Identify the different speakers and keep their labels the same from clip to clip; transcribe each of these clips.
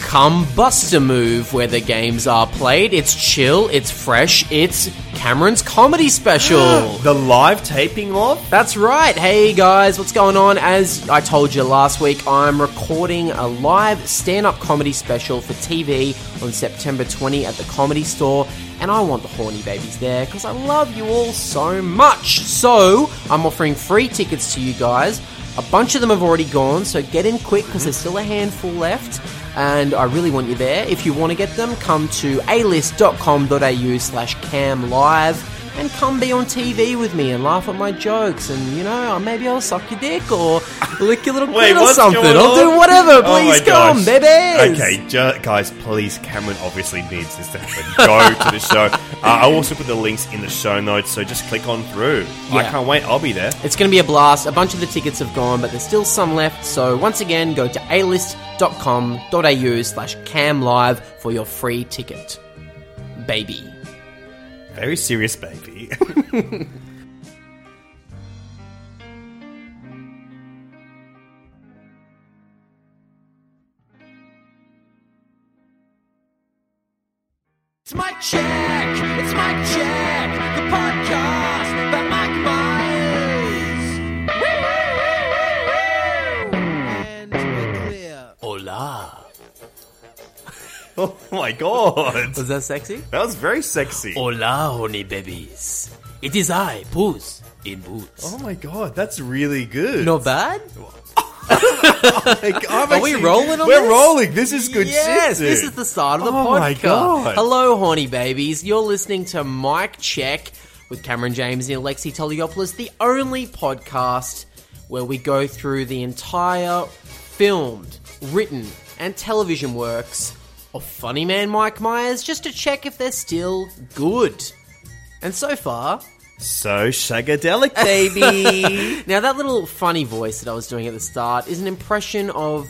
Speaker 1: Come Buster Move, where the games are played. It's chill, it's fresh, it's Cameron's comedy special.
Speaker 2: The live taping of?
Speaker 1: That's right. Hey guys, what's going on? As I told you last week, I'm recording a live stand up comedy special for TV on September 20 at the Comedy Store, and I want the horny babies there because I love you all so much. So, I'm offering free tickets to you guys. A bunch of them have already gone, so get in quick because there's still a handful left. And I really want you there. If you want to get them, come to alist.com.au slash cam live and come be on TV with me and laugh at my jokes and you know maybe I'll suck your dick or lick your little
Speaker 2: Wait,
Speaker 1: clit or
Speaker 2: what's
Speaker 1: something.
Speaker 2: going
Speaker 1: I'll do
Speaker 2: on?
Speaker 1: whatever.
Speaker 2: Oh my
Speaker 1: Please come,
Speaker 2: gosh.
Speaker 1: babies.
Speaker 2: Okay, ju- guys, please, Cameron obviously needs this to happen. Go to the show. Uh, I'll also put the links in the show notes, so just click on through. I
Speaker 1: Yeah.
Speaker 2: can't wait. I'll be there.
Speaker 1: It's going to be a blast. A bunch of the tickets have gone, but there's still some left. So once again, go to alist.com.au slash cam live for your free ticket, baby.
Speaker 2: Very serious, baby.
Speaker 3: It's Mike Check. It's Mike Check. The podcast by Mike Myers. And we're clear.
Speaker 1: Hola.
Speaker 2: oh my god.
Speaker 1: Was that sexy?
Speaker 2: That was very sexy.
Speaker 1: Hola, honey babies. It is I, Poos, in boots.
Speaker 2: Oh my god, that's really good.
Speaker 1: Not bad.
Speaker 2: Like, I'm
Speaker 1: Are we
Speaker 2: actually-
Speaker 1: rolling on
Speaker 2: We're
Speaker 1: this?
Speaker 2: rolling. This is good
Speaker 1: yes,
Speaker 2: shit.
Speaker 1: this
Speaker 2: dude.
Speaker 1: is the start of the
Speaker 2: Oh
Speaker 1: podcast.
Speaker 2: my God.
Speaker 1: Hello, horny babies. You're listening to Mike Check with Cameron James and Alexi Toliopoulos, the only podcast where we go through the entire filmed, written, and television works of funny man Mike Myers just to check if they're still good. And so far,
Speaker 2: So shagadelic, baby.
Speaker 1: now that little funny voice that I was doing at the start is an impression of,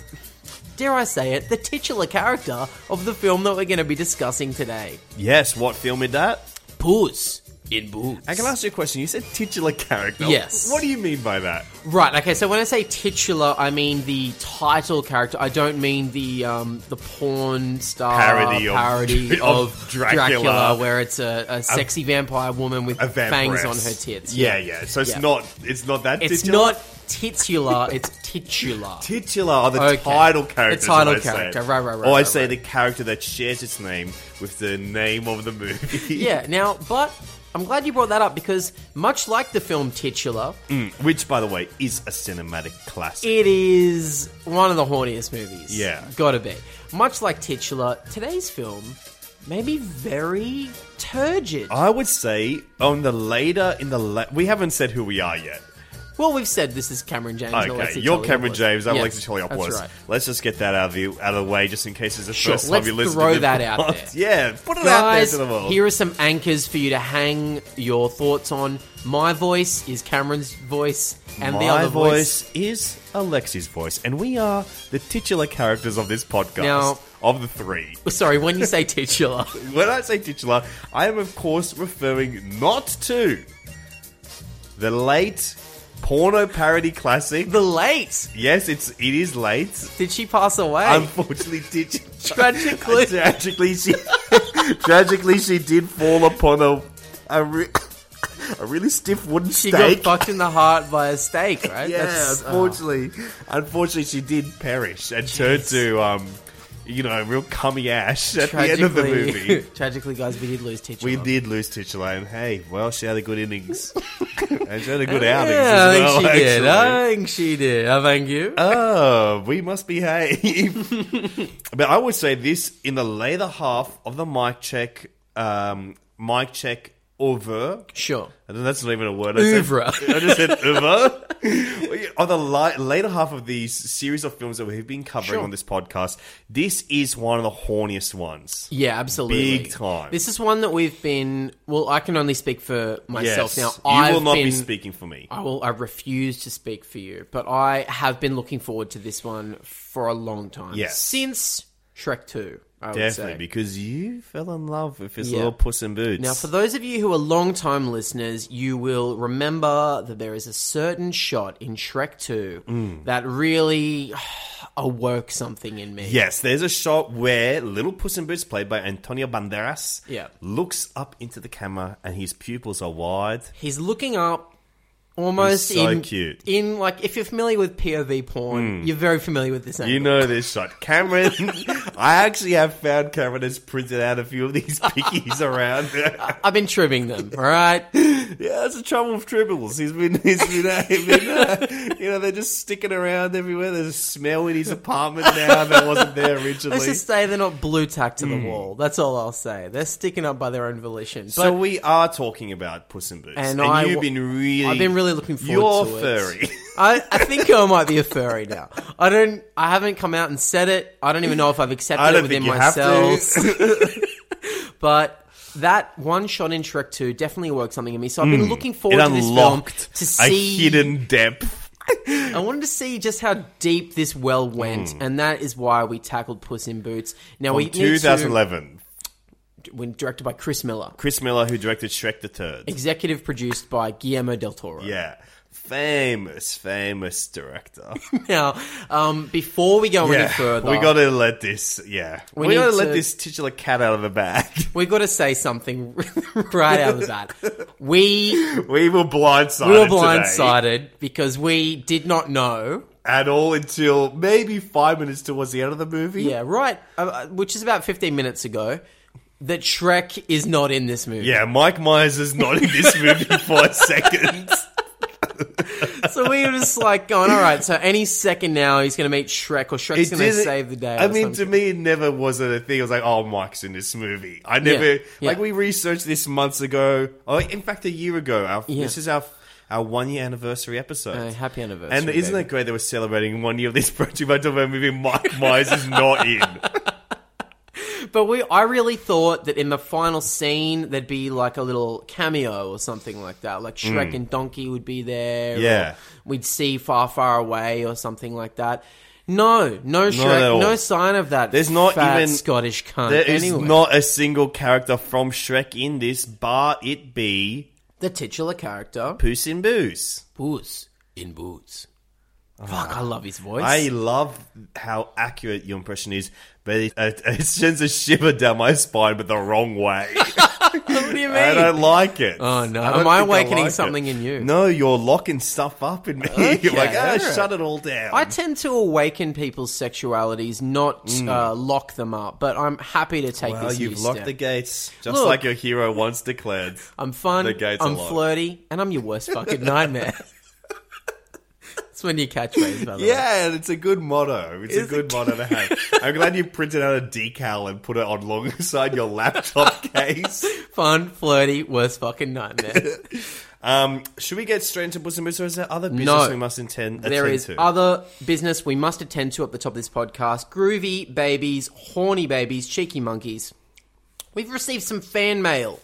Speaker 1: dare I say it, the titular character of the film that we're going to be discussing today.
Speaker 2: yes, what film is that?
Speaker 1: Puss in boots.
Speaker 2: I can ask you a question. You said titular character.
Speaker 1: Yes.
Speaker 2: What do you mean by that?
Speaker 1: Right. Okay. So when I say titular, I mean the title character. I don't mean the um, the porn star
Speaker 2: Parody of-
Speaker 1: parody
Speaker 2: of
Speaker 1: of,
Speaker 2: Dracula.
Speaker 1: where it's a, a sexy vampire woman with
Speaker 2: A
Speaker 1: fangs
Speaker 2: vampiress.
Speaker 1: on her tits.
Speaker 2: Yeah, yeah. So it's
Speaker 1: Yeah.
Speaker 2: not. It's not that.
Speaker 1: It's
Speaker 2: titular.
Speaker 1: not titular. It's titular.
Speaker 2: titular. Are the
Speaker 1: Okay.
Speaker 2: title character.
Speaker 1: The title
Speaker 2: is what I say.
Speaker 1: character, right, right, right,
Speaker 2: Or I
Speaker 1: right,
Speaker 2: say
Speaker 1: right.
Speaker 2: the character that shares its name with the name of the movie.
Speaker 1: Yeah, now, but I'm glad you brought that up because much like the film Titular,
Speaker 2: Which, by the way, is a cinematic classic.
Speaker 1: it is one of the horniest movies.
Speaker 2: Yeah.
Speaker 1: Gotta be. Much like Titular, today's film may be very turgid.
Speaker 2: I would say on the later in the la- we haven't said who we are yet.
Speaker 1: well, we've said this is Cameron James. and
Speaker 2: Okay,
Speaker 1: Alexi
Speaker 2: you're
Speaker 1: Toliopoulos.
Speaker 2: Cameron James. I'm
Speaker 1: Yeah,
Speaker 2: Alexis Toliopoulos.
Speaker 1: That's right.
Speaker 2: Let's just get that out of the out of the way, just in case it's the
Speaker 1: Sure,
Speaker 2: first time
Speaker 1: let's
Speaker 2: you listen
Speaker 1: throw
Speaker 2: to the
Speaker 1: that out
Speaker 2: podcast.
Speaker 1: there.
Speaker 2: Yeah, put it out there
Speaker 1: Guys,
Speaker 2: to the world.
Speaker 1: here are some anchors for you to hang your thoughts on. My voice is Cameron's voice, and
Speaker 2: My
Speaker 1: the other
Speaker 2: voice, is Alexi's voice, and we are the titular characters of this podcast.
Speaker 1: Now-
Speaker 2: of the three,
Speaker 1: Sorry, when you say titular,
Speaker 2: when I say titular, I am of course referring not to the late porno parody classic.
Speaker 1: the late.
Speaker 2: yes, it's it is late.
Speaker 1: Did she pass away?
Speaker 2: Unfortunately, did
Speaker 1: Tragically.
Speaker 2: tragically she tragically she did fall upon a a, re- a really stiff wooden
Speaker 1: She
Speaker 2: stake.
Speaker 1: got fucked in the heart by a steak, right?
Speaker 2: yeah,
Speaker 1: That's- uh,
Speaker 2: unfortunately, unfortunately, she did perish and turned to um, you know, real cummy ash at the end of the movie.
Speaker 1: tragically, guys, we did lose Titular.
Speaker 2: We did lose Titular, and hey, well, she had a good innings. and she had a good
Speaker 1: Yeah,
Speaker 2: outing
Speaker 1: I
Speaker 2: as
Speaker 1: think
Speaker 2: well,
Speaker 1: she did.
Speaker 2: actually.
Speaker 1: I think she did. I thank you.
Speaker 2: Oh, we must behave. but I would say this in the later half of the mic check, um, mic check over.
Speaker 1: sure.
Speaker 2: And then that's not even a word. I said-
Speaker 1: Oeuvre.
Speaker 2: I just said over. on the li- later half of these series of films that we've been covering
Speaker 1: Sure.
Speaker 2: on this podcast, this is one of the horniest ones.
Speaker 1: Yeah, absolutely.
Speaker 2: Big time.
Speaker 1: This is one that we've been. Well, I can only speak for myself
Speaker 2: Yes,
Speaker 1: now.
Speaker 2: you
Speaker 1: I
Speaker 2: will not
Speaker 1: been,
Speaker 2: be speaking for me.
Speaker 1: I will. I refuse to speak for you, but I have been looking forward to this one for a long time.
Speaker 2: Yes.
Speaker 1: since Shrek Two, I would
Speaker 2: Definitely,
Speaker 1: say.
Speaker 2: because you fell in love with his
Speaker 1: Yeah.
Speaker 2: little puss in boots.
Speaker 1: Now, for those of you who are long-time listeners, you will remember that there is a certain shot in Shrek 2
Speaker 2: Mm.
Speaker 1: that really awoke something in me.
Speaker 2: Yes, there's a shot where Little Puss in Boots, played by Antonio Banderas,
Speaker 1: Yeah.
Speaker 2: looks up into the camera and his pupils are wide.
Speaker 1: He's looking up almost
Speaker 2: He's so
Speaker 1: in,
Speaker 2: cute. Mm.
Speaker 1: in like if you're familiar with POV porn, you're very familiar with this angle.
Speaker 2: You know this shot. Cameron, I actually have found Cameron has printed out a few of these pickies around.
Speaker 1: I've been trimming them, all right?
Speaker 2: yeah, that's the trouble with tribbles. He's been, he's been, uh, he's been, uh, you know, they're just sticking around everywhere. There's a smell in his apartment now that wasn't there originally.
Speaker 1: Let's just say they're not blue tack to the wall. That's all I'll say. They're sticking up by their own volition. But
Speaker 2: Mm. so we are talking about Puss in Boots,
Speaker 1: And
Speaker 2: and,
Speaker 1: I
Speaker 2: you've
Speaker 1: w-
Speaker 2: been really,
Speaker 1: I've been really looking forward
Speaker 2: You're
Speaker 1: to
Speaker 2: furry.
Speaker 1: it. I, I think I might be a furry now. I don't. I haven't come out and said it. I don't even know if I've accepted
Speaker 2: I
Speaker 1: it
Speaker 2: don't
Speaker 1: within
Speaker 2: think you have
Speaker 1: myself.
Speaker 2: to.
Speaker 1: But that one shot in Shrek Two definitely awoke something in me. So I've been looking forward to
Speaker 2: Hmm. it
Speaker 1: this film
Speaker 2: unlocked
Speaker 1: to
Speaker 2: a
Speaker 1: see.
Speaker 2: hidden depth.
Speaker 1: I wanted to see just how deep this well went, and that is why we tackled Puss in Boots. Now we
Speaker 2: Hmm. From
Speaker 1: need
Speaker 2: 2011,
Speaker 1: to, when directed by Chris Miller,
Speaker 2: Chris Miller, who directed Shrek the Third.
Speaker 1: executive produced by Guillermo del Toro.
Speaker 2: Yeah. Famous, famous director.
Speaker 1: Now, um, before we go any
Speaker 2: yeah.
Speaker 1: further,
Speaker 2: We gotta let this, yeah. We,
Speaker 1: need
Speaker 2: gotta
Speaker 1: to-
Speaker 2: let this titular cat out of the bag.
Speaker 1: we got to say something right out of the bat. We
Speaker 2: we were blindsided.
Speaker 1: We were
Speaker 2: today.
Speaker 1: blindsided because we did not know.
Speaker 2: At all until maybe five minutes towards the end of the movie.
Speaker 1: Yeah, right. uh, Uh, which is about 15 minutes ago. That Shrek is not in this movie.
Speaker 2: Yeah, Mike Myers is not in this movie for a second.
Speaker 1: So we were just like going, all right, so any second now he's going to meet Shrek or Shrek's going to
Speaker 2: didn't-
Speaker 1: save the day.
Speaker 2: I
Speaker 1: or
Speaker 2: mean, to
Speaker 1: something.
Speaker 2: me, it never was a thing. I was like, oh, Mike's in this movie. I never
Speaker 1: yeah.
Speaker 2: like we researched this months ago. Oh, in fact, a year ago. Our, This is our our one year anniversary episode.
Speaker 1: Uh, happy anniversary.
Speaker 2: and isn't
Speaker 1: baby.
Speaker 2: it great that we're celebrating one year of this project by talking about a movie Mike Myers is not in?
Speaker 1: But we, I really thought that in the final scene there'd be like a little cameo or something like that, like Shrek and Donkey would be there. or
Speaker 2: Hmm. Yeah.
Speaker 1: we'd see Far Far Away or something like that. No, no
Speaker 2: at
Speaker 1: Shrek,
Speaker 2: all.
Speaker 1: no sign of that.
Speaker 2: There's not
Speaker 1: fat
Speaker 2: even-
Speaker 1: Scottish cunt.
Speaker 2: There is
Speaker 1: anyway.
Speaker 2: not a single character from Shrek in this, bar it be
Speaker 1: the titular character.
Speaker 2: Puss in Boots.
Speaker 1: Boots in boots. Fuck, I love his voice.
Speaker 2: Ah. I love how accurate your impression is, but it, it, it sends a shiver down my spine, but the wrong way.
Speaker 1: what do you mean?
Speaker 2: I don't like it.
Speaker 1: Oh, no.
Speaker 2: don't
Speaker 1: Am I
Speaker 2: think
Speaker 1: awakening
Speaker 2: it.
Speaker 1: something in you?
Speaker 2: No, you're locking stuff up in me. you're like, ah,
Speaker 1: alright.
Speaker 2: shut it all down.
Speaker 1: I tend to awaken people's sexualities, not uh, lock them up. But I'm happy to take
Speaker 2: Hmm. well,
Speaker 1: this.
Speaker 2: Oh, you've
Speaker 1: new
Speaker 2: locked
Speaker 1: step.
Speaker 2: the gates, just
Speaker 1: Look.
Speaker 2: like your hero once declared.
Speaker 1: I'm fun.
Speaker 2: The gates
Speaker 1: I'm
Speaker 2: are locked.
Speaker 1: flirty, and I'm your worst fucking nightmare. That's when you catch waves, by the way.
Speaker 2: Yeah, and it's a good motto. It's, a good motto to have. I'm glad you printed out a decal and put it on alongside your laptop case.
Speaker 1: Fun, flirty, worst fucking nightmare.
Speaker 2: Um, should we get straight into Puss in Boots, or is there other business we must intend,
Speaker 1: There
Speaker 2: attend
Speaker 1: is
Speaker 2: to?
Speaker 1: other business we must attend to at the top of this podcast. Groovy babies, horny babies, cheeky monkeys. We've received some fan mail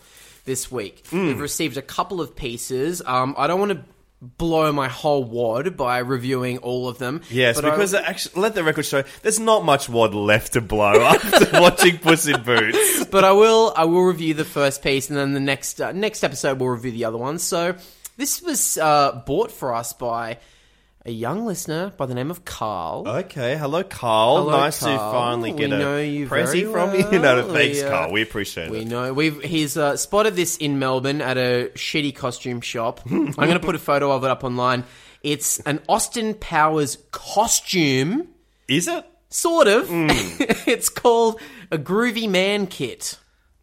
Speaker 1: this week.
Speaker 2: Hmm.
Speaker 1: We've received a couple of pieces. Um, I don't want to blow my whole wad by reviewing all of them.
Speaker 2: Yes,
Speaker 1: but I-
Speaker 2: because actually, let the record show there's not much wad left to blow after watching Puss in Boots.
Speaker 1: but I will I will review the first piece and then the next uh, next episode we'll review the other ones. So this was uh, bought for us by a young listener by the name of Carl.
Speaker 2: Okay, hello, Carl.
Speaker 1: Hello,
Speaker 2: nice to
Speaker 1: Carl.
Speaker 2: finally get
Speaker 1: We
Speaker 2: a
Speaker 1: know you
Speaker 2: pressy
Speaker 1: very
Speaker 2: from you.
Speaker 1: well.
Speaker 2: No, thanks,
Speaker 1: We, uh,
Speaker 2: Carl. We appreciate
Speaker 1: We
Speaker 2: it.
Speaker 1: know we've he's uh, spotted this in Melbourne at a shitty costume shop. I'm going to put a photo of it up online. It's an Austin Powers costume,
Speaker 2: Is it
Speaker 1: sort of. it's called a groovy man kit,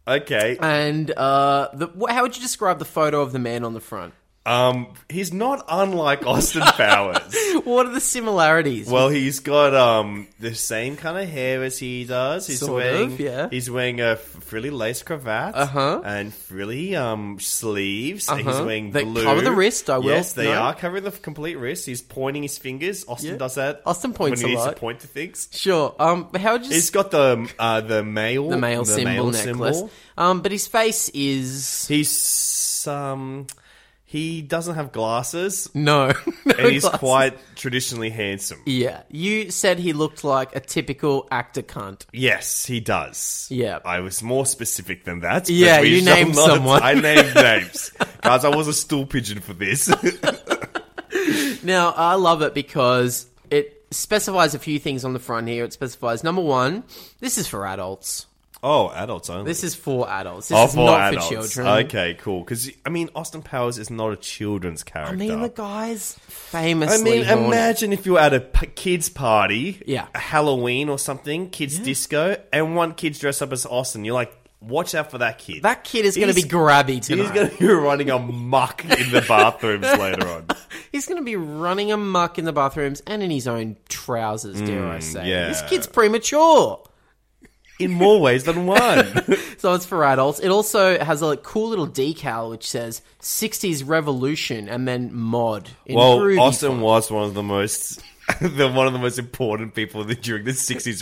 Speaker 2: okay?
Speaker 1: and uh, the, wh- how would you describe the photo of the man on the front?
Speaker 2: Um, he's not unlike Austin Powers.
Speaker 1: What are the similarities?
Speaker 2: Well, he's got um the same kind of hair as he does. He's
Speaker 1: Sort of,
Speaker 2: wearing
Speaker 1: yeah.
Speaker 2: He's wearing a frilly lace cravat
Speaker 1: Uh-huh.
Speaker 2: and frilly um sleeves. And he's
Speaker 1: Uh-huh.
Speaker 2: wearing
Speaker 1: They
Speaker 2: blue.
Speaker 1: cover the wrist, I will
Speaker 2: Yes, they
Speaker 1: note.
Speaker 2: are covering the complete wrist. He's pointing his fingers. Austin
Speaker 1: Yeah.
Speaker 2: does that.
Speaker 1: Austin points
Speaker 2: when he
Speaker 1: a
Speaker 2: needs
Speaker 1: lot.
Speaker 2: to point to things.
Speaker 1: sure. Um, how would you
Speaker 2: He's
Speaker 1: s-
Speaker 2: got the uh, the male
Speaker 1: the male symbol necklace?
Speaker 2: symbol.
Speaker 1: Um, but his face is
Speaker 2: He's um he doesn't have glasses.
Speaker 1: no, no
Speaker 2: And he's
Speaker 1: glasses.
Speaker 2: quite traditionally handsome.
Speaker 1: Yeah, you said he looked like a typical actor cunt.
Speaker 2: Yes, he does.
Speaker 1: Yeah.
Speaker 2: I was more specific than that. but
Speaker 1: Yeah,
Speaker 2: we
Speaker 1: you
Speaker 2: shall
Speaker 1: named
Speaker 2: not-
Speaker 1: someone.
Speaker 2: I named names. Guys, I was a stool pigeon for this.
Speaker 1: Now, I love it because it specifies a few things on the front here. It specifies number one, this is for adults.
Speaker 2: oh, adults only.
Speaker 1: This is for adults. This
Speaker 2: Oh,
Speaker 1: is not for children.
Speaker 2: Okay, cool. Because, I mean, Austin Powers is not a children's character.
Speaker 1: I mean, the guy's
Speaker 2: I
Speaker 1: famously.
Speaker 2: mean,
Speaker 1: horny.
Speaker 2: imagine if you were at a p- kids' party,
Speaker 1: Yeah.
Speaker 2: a Halloween or something, kids' disco, and one kid's dressed up as Austin. You're like, watch out for that kid.
Speaker 1: that kid is going to be
Speaker 2: He's-
Speaker 1: grabby tonight.
Speaker 2: He's going to be running amok in the bathrooms later on.
Speaker 1: He's going to be running amok in the bathrooms and in his own trousers. Dare I say?
Speaker 2: Mm, yeah.
Speaker 1: This kid's premature.
Speaker 2: In more ways than one.
Speaker 1: So it's for adults. It also has a like, cool little decal which says "60s Revolution" and then "Mod." In
Speaker 2: Well,
Speaker 1: groovy
Speaker 2: Austin
Speaker 1: font.
Speaker 2: was one of the most, the one of the most important people that- during the sixties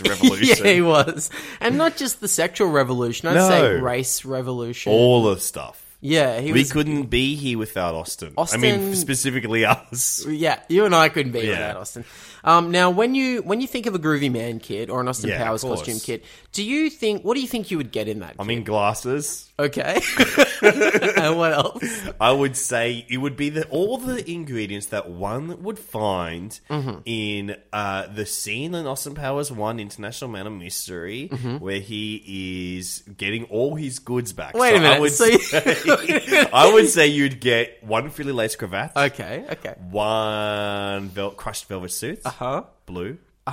Speaker 2: revolution.
Speaker 1: Yeah, he was, and not just the sexual revolution. I'd
Speaker 2: No.
Speaker 1: say race revolution.
Speaker 2: All the stuff.
Speaker 1: yeah, he
Speaker 2: We
Speaker 1: was.
Speaker 2: couldn't be here without Austin.
Speaker 1: Austin-
Speaker 2: I mean, specifically us.
Speaker 1: Yeah, you and I couldn't be
Speaker 2: Yeah.
Speaker 1: without Austin. Um, now, when you when you think of a groovy man kit or an Austin
Speaker 2: Yeah, of
Speaker 1: Powers
Speaker 2: course.
Speaker 1: costume kit, do you think what do you think you would get in that?
Speaker 2: I
Speaker 1: kit?
Speaker 2: mean, glasses.
Speaker 1: okay, and what else?
Speaker 2: I would say it would be the, all the ingredients that one would find
Speaker 1: Mm-hmm.
Speaker 2: in uh, the scene in Austin Powers 1 International Man of Mystery,
Speaker 1: Mm-hmm.
Speaker 2: where he is getting all his goods back.
Speaker 1: Wait a minute.
Speaker 2: I would,
Speaker 1: So you-
Speaker 2: say, I would say you'd get one frilly lace cravat,
Speaker 1: Okay, okay,
Speaker 2: one vel- crushed velvet suits,
Speaker 1: huh,
Speaker 2: blue,
Speaker 1: uh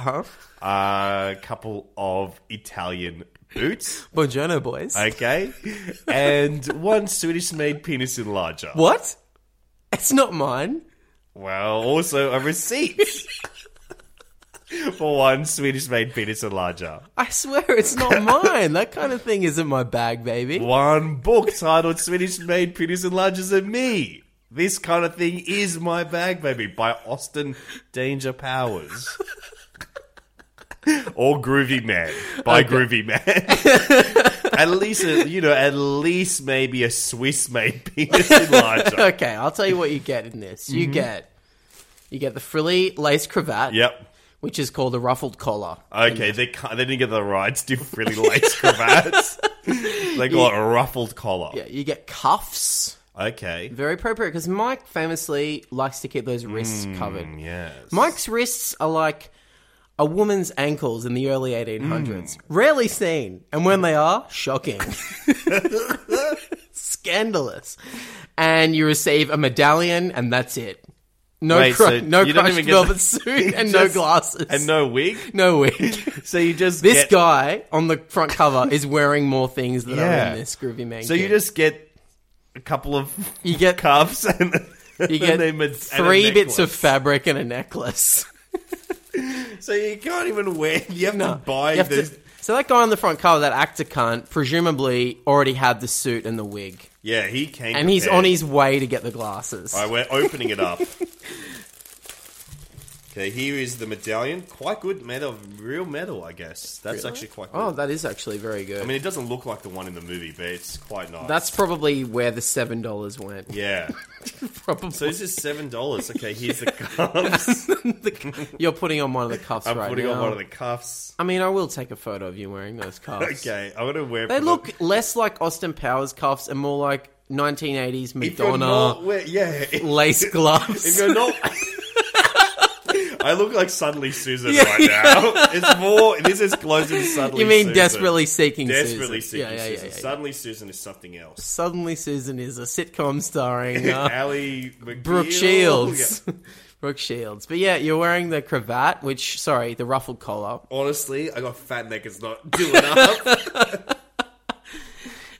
Speaker 1: huh.
Speaker 2: a couple of Italian boots,
Speaker 1: Buongiorno, boys.
Speaker 2: okay, and one Swedish made penis enlarger.
Speaker 1: what? It's not mine.
Speaker 2: Well, also a receipt for one Swedish made penis enlarger.
Speaker 1: I swear it's not mine. that kind of thing isn't my bag, baby.
Speaker 2: One book titled Swedish made penis enlargers and me. This kind of thing is my bag, baby, by Austin Danger Powers. or Groovy Man by Groovy Man. at least, a, you know, at least maybe a Swiss made penis enlarger.
Speaker 1: Okay, I'll tell you what you get in this.
Speaker 2: Mm-hmm.
Speaker 1: You get you get the frilly lace cravat,
Speaker 2: yep.
Speaker 1: which is called a ruffled collar.
Speaker 2: Okay, they ca they didn't get the rights to frilly lace cravats. they got a ruffled collar.
Speaker 1: Yeah, you get cuffs.
Speaker 2: Okay.
Speaker 1: Very appropriate because Mike famously likes to keep those wrists
Speaker 2: Hmm.
Speaker 1: covered.
Speaker 2: Yes.
Speaker 1: Mike's wrists are like a woman's ankles in the early 1800s.
Speaker 2: Hmm.
Speaker 1: Rarely seen. And when they are, shocking. Scandalous. And you receive a medallion, and that's it. No,
Speaker 2: Wait,
Speaker 1: cru-
Speaker 2: so
Speaker 1: no
Speaker 2: you don't
Speaker 1: crushed
Speaker 2: even get
Speaker 1: velvet
Speaker 2: the-
Speaker 1: suit and no
Speaker 2: Just-
Speaker 1: glasses.
Speaker 2: And no wig.
Speaker 1: no wig.
Speaker 2: So you just
Speaker 1: this
Speaker 2: get-
Speaker 1: guy on the front cover is wearing more things that are
Speaker 2: Yeah.
Speaker 1: in this groovy man.
Speaker 2: So you
Speaker 1: kit.
Speaker 2: just get a couple of
Speaker 1: You get-
Speaker 2: cuffs and
Speaker 1: you get three bits of fabric and a necklace.
Speaker 2: So you can't even wear. You have to buy
Speaker 1: You have to-
Speaker 2: this.
Speaker 1: so that guy on the front cover, that actor cunt, presumably already had the suit and the wig,
Speaker 2: Yeah, he came.
Speaker 1: and he's
Speaker 2: prepared.
Speaker 1: on his way to get the glasses.
Speaker 2: All right, we're opening it up. okay, here is the medallion. Quite good, made of real metal, I guess. That's actually quite. good.
Speaker 1: Oh, that is actually very good.
Speaker 2: I mean, it doesn't look like the one in the movie, but it's quite nice.
Speaker 1: That's probably where the seven dollars went.
Speaker 2: yeah.
Speaker 1: Probably
Speaker 2: So this is seven dollars. Okay, here's the cuffs.
Speaker 1: The- you're putting on one of the cuffs
Speaker 2: I'm
Speaker 1: right
Speaker 2: putting
Speaker 1: now.
Speaker 2: on one of the cuffs.
Speaker 1: I mean, I will take a photo of you wearing those cuffs.
Speaker 2: Okay, I'm gonna wear.
Speaker 1: They look less like Austin Powers cuffs and more like 1980s
Speaker 2: If you're not
Speaker 1: Madonna
Speaker 2: wear- yeah. If
Speaker 1: lace gloves.
Speaker 2: you're not. I look like Suddenly Susan right now. It's more. This is closer to Suddenly.
Speaker 1: You mean
Speaker 2: Susan.
Speaker 1: Desperately Seeking
Speaker 2: Desperately
Speaker 1: Susan.
Speaker 2: Seeking
Speaker 1: Yeah, yeah, yeah,
Speaker 2: Susan.
Speaker 1: yeah, yeah.
Speaker 2: Suddenly Susan is something else.
Speaker 1: Suddenly Susan is a sitcom starring uh,
Speaker 2: Ali McGill.
Speaker 1: Brooke Shields.
Speaker 2: Yeah.
Speaker 1: Brooke Shields. But yeah, you're wearing the cravat, which, sorry, the ruffled collar.
Speaker 2: Honestly, I got fat neck. It's not doing up.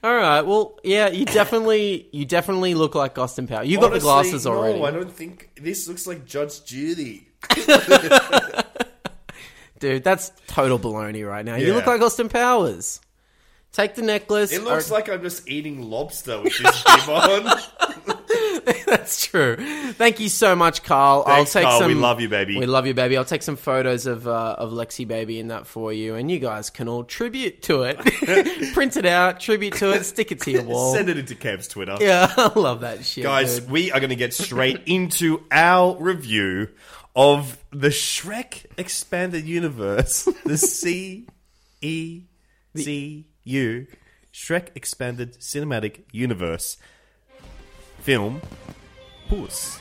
Speaker 1: All right. Well, yeah, you definitely you definitely look like Austin Power. You got the
Speaker 2: Honestly,
Speaker 1: glasses already.
Speaker 2: No, I don't think this looks like Judge Judy.
Speaker 1: Dude, that's total baloney right now. You
Speaker 2: Yeah.
Speaker 1: look like Austin Powers. Take the necklace.
Speaker 2: It looks
Speaker 1: or-
Speaker 2: like I'm just eating lobster with this bib on.
Speaker 1: That's true. Thank you so much, Carl.
Speaker 2: Thanks,
Speaker 1: I'll take
Speaker 2: Carl.
Speaker 1: some.
Speaker 2: We love you, baby.
Speaker 1: We love you, baby. I'll take some photos of uh, of Lexi, baby, in that for you, and you guys can all tribute to it. Print it out, tribute to it, stick it to your wall.
Speaker 2: Send it into Cam's Twitter.
Speaker 1: yeah, I love that shit,
Speaker 2: Guys,
Speaker 1: dude.
Speaker 2: we are going to get straight into our review of the Shrek Expanded Universe, the C E C U Shrek Expanded Cinematic Universe film Puss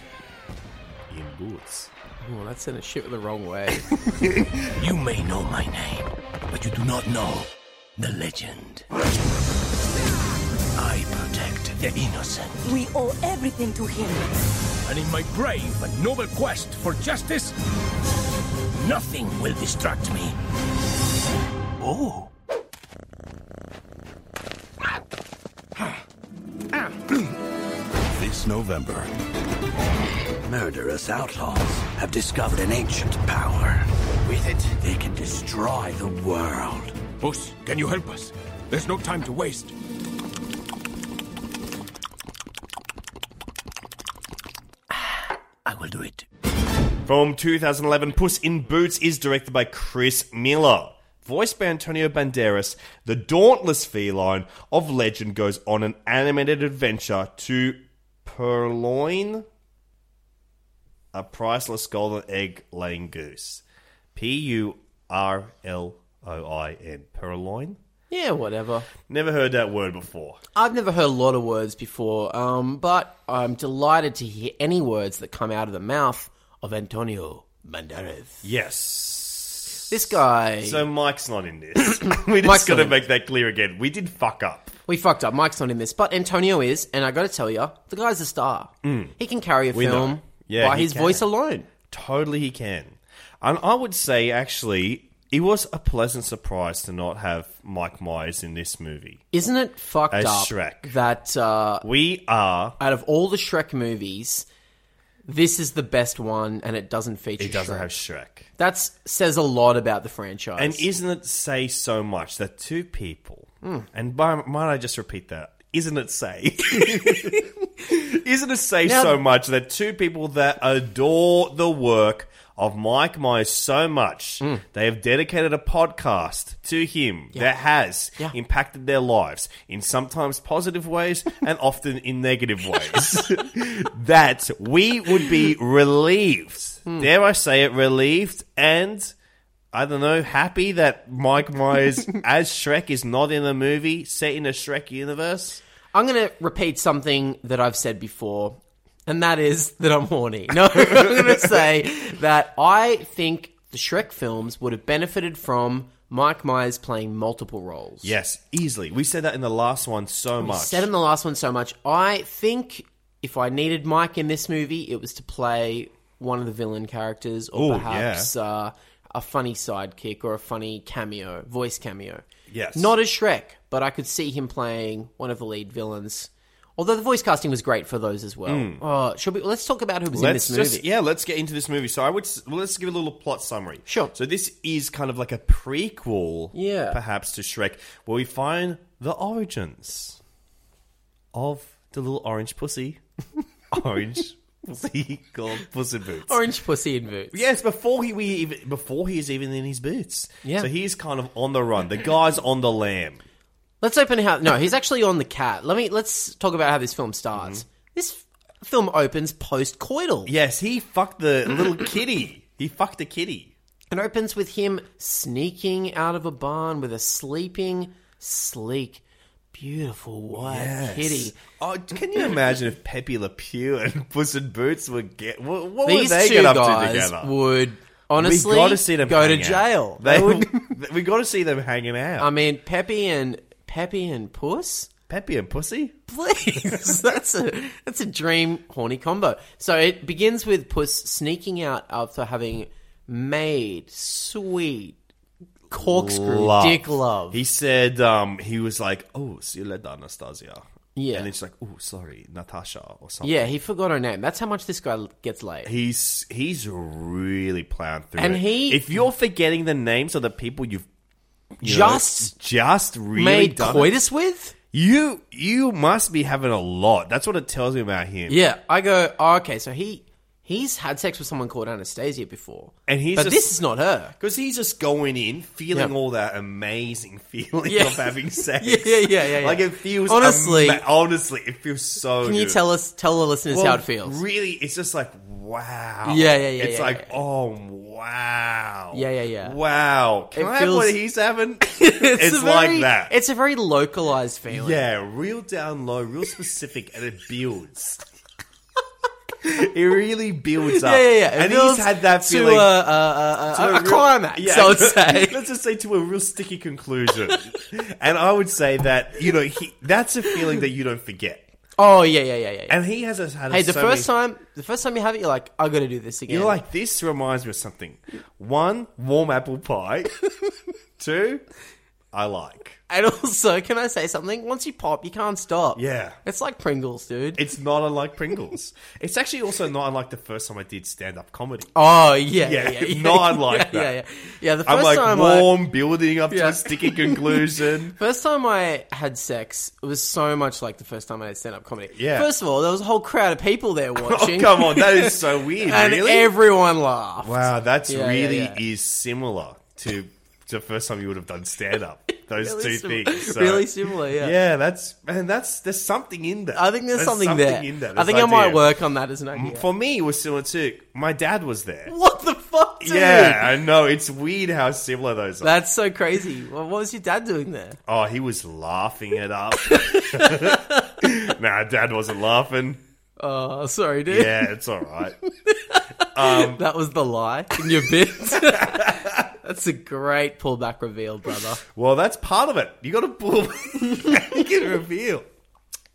Speaker 2: in Boots.
Speaker 1: Oh, that sent a shit the wrong way.
Speaker 4: You may know my name, but you do not know the legend. I protect the innocent.
Speaker 5: We owe everything to him.
Speaker 4: And in my brave and noble quest for justice, nothing will distract me. Oh.
Speaker 6: This November,
Speaker 4: Murderous outlaws have discovered an ancient power. With it, they can destroy the world. Boss, can you help us? There's no time to waste. I will do it.
Speaker 2: From 2011, Puss in Boots is directed by Chris Miller. Voiced by Antonio Banderas, the dauntless feline of legend goes on an animated adventure to purloin a priceless golden egg laying goose. P U R L O I N. Purloin?
Speaker 1: yeah, whatever.
Speaker 2: Never heard that word before.
Speaker 1: I've never heard a lot of words before, um, but I'm delighted to hear any words that come out of the mouth of Antonio Banderas.
Speaker 2: Yes.
Speaker 1: This guy,
Speaker 2: So Mike's not in this. we
Speaker 1: Mike's
Speaker 2: just got to
Speaker 1: not in
Speaker 2: make that clear again. We did fuck up.
Speaker 1: we fucked up. Mike's not in this, but Antonio is, and I got to tell you, the guy's a star. He can carry a
Speaker 2: Mm. We
Speaker 1: film
Speaker 2: know. Yeah,
Speaker 1: by
Speaker 2: he
Speaker 1: his
Speaker 2: can.
Speaker 1: voice alone.
Speaker 2: Totally, he can. And I would say, actually, it was a pleasant surprise to not have Mike Myers in this movie.
Speaker 1: Isn't it fucked
Speaker 2: As
Speaker 1: up
Speaker 2: Shrek.
Speaker 1: that uh,
Speaker 2: We are.
Speaker 1: out of all the Shrek movies, this is the best one, and it doesn't feature.
Speaker 2: It doesn't
Speaker 1: Shrek.
Speaker 2: have Shrek.
Speaker 1: That says a lot about the franchise.
Speaker 2: And isn't it say so much that two people, and by, might I just repeat that? Isn't it say? isn't it say
Speaker 1: Now-
Speaker 2: so much that two people that adore the work of Mike Myers so much, they have dedicated a podcast to him that has
Speaker 1: Mm. Yeah.
Speaker 2: impacted their lives in sometimes positive ways and often in negative ways. that we would be relieved,
Speaker 1: Hmm.
Speaker 2: dare I say it, relieved and. I don't know, happy that Mike Myers as Shrek is not in a movie set in a Shrek universe.
Speaker 1: I'm going to repeat something that I've said before, and that is that I'm horny. No, I'm going to say that I think the Shrek films would have benefited from Mike Myers playing multiple roles.
Speaker 2: Yes, easily. We said that in the last one so much.
Speaker 1: Said in the last one so much. I think if I needed Mike in this movie, it was to play one of the villain characters or
Speaker 2: Ooh,
Speaker 1: perhaps uh, a funny sidekick or a funny cameo, voice cameo.
Speaker 2: Yes.
Speaker 1: Not as Shrek, but I could see him playing one of the lead villains. Although the voice casting was great for those as well. Oh, should we? Let's talk about who was
Speaker 2: Hmm. let's
Speaker 1: in this movie.
Speaker 2: just yeah, let's get into this movie. So I would s- well, let's give a little plot summary.
Speaker 1: Sure.
Speaker 2: So this is kind of like a prequel,
Speaker 1: Yeah.
Speaker 2: perhaps to Shrek, where we find the origins of the little orange pussy, orange pussy called Puss in Boots.
Speaker 1: Orange Pussy in Boots.
Speaker 2: Yes, before he we even, before he is even in his boots.
Speaker 1: Yeah.
Speaker 2: So he's kind of on the run. The guy's on the lamb.
Speaker 1: Let's open how. No, he's actually on the cat. Let me. Let's talk about how this film starts.
Speaker 2: Mm-hmm.
Speaker 1: This f- film opens post-coital.
Speaker 2: Yes, he fucked the little kitty. He fucked the kitty.
Speaker 1: and opens with him sneaking out of a barn with a sleeping, sleek, beautiful white kitty.
Speaker 2: Oh, can you imagine if Pepe Le Pew and Puss in Boots would get what, what
Speaker 1: These
Speaker 2: would they
Speaker 1: two
Speaker 2: get up to
Speaker 1: guys
Speaker 2: together?
Speaker 1: would Honestly,
Speaker 2: we got to see them
Speaker 1: go to
Speaker 2: hang out.
Speaker 1: jail.
Speaker 2: They
Speaker 1: They would- Um,
Speaker 2: we got to see them hanging out.
Speaker 1: I mean, Peppy and Peppy and Puss.
Speaker 2: Peppy and Pussy.
Speaker 1: Please, that's a that's a dream horny combo. So it begins with Puss sneaking out after having made sweet corkscrew
Speaker 2: Love.
Speaker 1: dick love.
Speaker 2: He said um, he was like, "Oh, see you later, Anastasia."
Speaker 1: Yeah.
Speaker 2: and then she's like, "Oh, sorry, Natasha or something."
Speaker 1: yeah, he forgot her name. That's how much this guy gets laid.
Speaker 2: He's he's really plowed through
Speaker 1: And
Speaker 2: it.
Speaker 1: he-
Speaker 2: if you're forgetting the names of the people you've you know,
Speaker 1: Just
Speaker 2: just really
Speaker 1: made
Speaker 2: done it,
Speaker 1: coitus with?
Speaker 2: you you must be having a lot. That's what it tells me about him.
Speaker 1: Yeah, I go. Oh, okay, so he he's had sex with someone called Anastasia before,
Speaker 2: And he's
Speaker 1: but
Speaker 2: just-
Speaker 1: this is not her.
Speaker 2: Because he's just going in, feeling
Speaker 1: Yeah.
Speaker 2: all that amazing feeling
Speaker 1: Yeah.
Speaker 2: of having sex.
Speaker 1: Yeah, yeah, yeah, yeah.
Speaker 2: Like it feels
Speaker 1: Honestly-
Speaker 2: ama- honestly, it feels so.
Speaker 1: Can you
Speaker 2: good.
Speaker 1: tell us tell the listeners
Speaker 2: Oh, Well,
Speaker 1: how it feels?
Speaker 2: Really, it's just like wow.
Speaker 1: Yeah, yeah, yeah,
Speaker 2: It's
Speaker 1: yeah,
Speaker 2: like
Speaker 1: yeah.
Speaker 2: oh wow.
Speaker 1: Yeah, yeah, yeah.
Speaker 2: Wow.
Speaker 1: It
Speaker 2: Can I have what
Speaker 1: feels-
Speaker 2: he's having? it's
Speaker 1: a
Speaker 2: like
Speaker 1: very-
Speaker 2: that.
Speaker 1: It's a very localized feeling.
Speaker 2: yeah, real down low, real specific, and it builds. it really builds up.
Speaker 1: Yeah, yeah, yeah. It
Speaker 2: And
Speaker 1: feels
Speaker 2: he's had that
Speaker 1: to
Speaker 2: feeling
Speaker 1: a, a, a,
Speaker 2: to
Speaker 1: a, a
Speaker 2: real-
Speaker 1: climax,
Speaker 2: yeah,
Speaker 1: I would say.
Speaker 2: Let's just say to a real sticky conclusion. and I would say that you know he, that's a feeling that you don't forget.
Speaker 1: oh yeah, yeah, yeah, yeah.
Speaker 2: And he has us had
Speaker 1: hey,
Speaker 2: us
Speaker 1: the
Speaker 2: so many-
Speaker 1: first time, the first time you have it, you're like, I got to do this again.
Speaker 2: You're like, this reminds me of something. One, warm apple pie. Two, I like.
Speaker 1: and also, can I say something? Once you pop, you can't stop.
Speaker 2: Yeah.
Speaker 1: it's like Pringles, dude.
Speaker 2: It's not unlike Pringles. It's actually also not unlike the first time I did stand up comedy.
Speaker 1: oh yeah,
Speaker 2: Yeah,
Speaker 1: yeah, yeah, yeah
Speaker 2: not like
Speaker 1: yeah,
Speaker 2: that.
Speaker 1: Yeah, yeah, yeah. The 1st
Speaker 2: I'm like
Speaker 1: time I,
Speaker 2: warm, building up to
Speaker 1: Yeah.
Speaker 2: a sticky conclusion.
Speaker 1: First time I had sex it was so much like the first time I had stand up comedy.
Speaker 2: Yeah.
Speaker 1: First of all, there was a whole crowd of people there
Speaker 2: oh,
Speaker 1: watching.
Speaker 2: come on, that is so weird.
Speaker 1: And
Speaker 2: really?
Speaker 1: everyone laughed.
Speaker 2: wow, that's
Speaker 1: Yeah, yeah,
Speaker 2: really
Speaker 1: yeah.
Speaker 2: is similar to the first time you would have done stand up. Those
Speaker 1: Really
Speaker 2: two
Speaker 1: sim-
Speaker 2: things. So-
Speaker 1: Really similar, yeah.
Speaker 2: Yeah, that's man. That's there's something in that.
Speaker 1: I think there's, Mm. something, there.
Speaker 2: in that.
Speaker 1: I think I
Speaker 2: There's an
Speaker 1: might
Speaker 2: idea.
Speaker 1: work on that as an idea.
Speaker 2: For me, it was similar too. My dad was there.
Speaker 1: what the fuck, dude?
Speaker 2: Yeah, I know. It's weird how similar those are.
Speaker 1: That's so crazy. Well, what was your dad doing there?
Speaker 2: Oh, he was laughing it up. nah, dad wasn't laughing.
Speaker 1: Oh, sorry, dude.
Speaker 2: Yeah, it's all right.
Speaker 1: That was the lie in your bit. That's a great pullback reveal, brother.
Speaker 2: Well, that's part of it. You got to pull. you can reveal.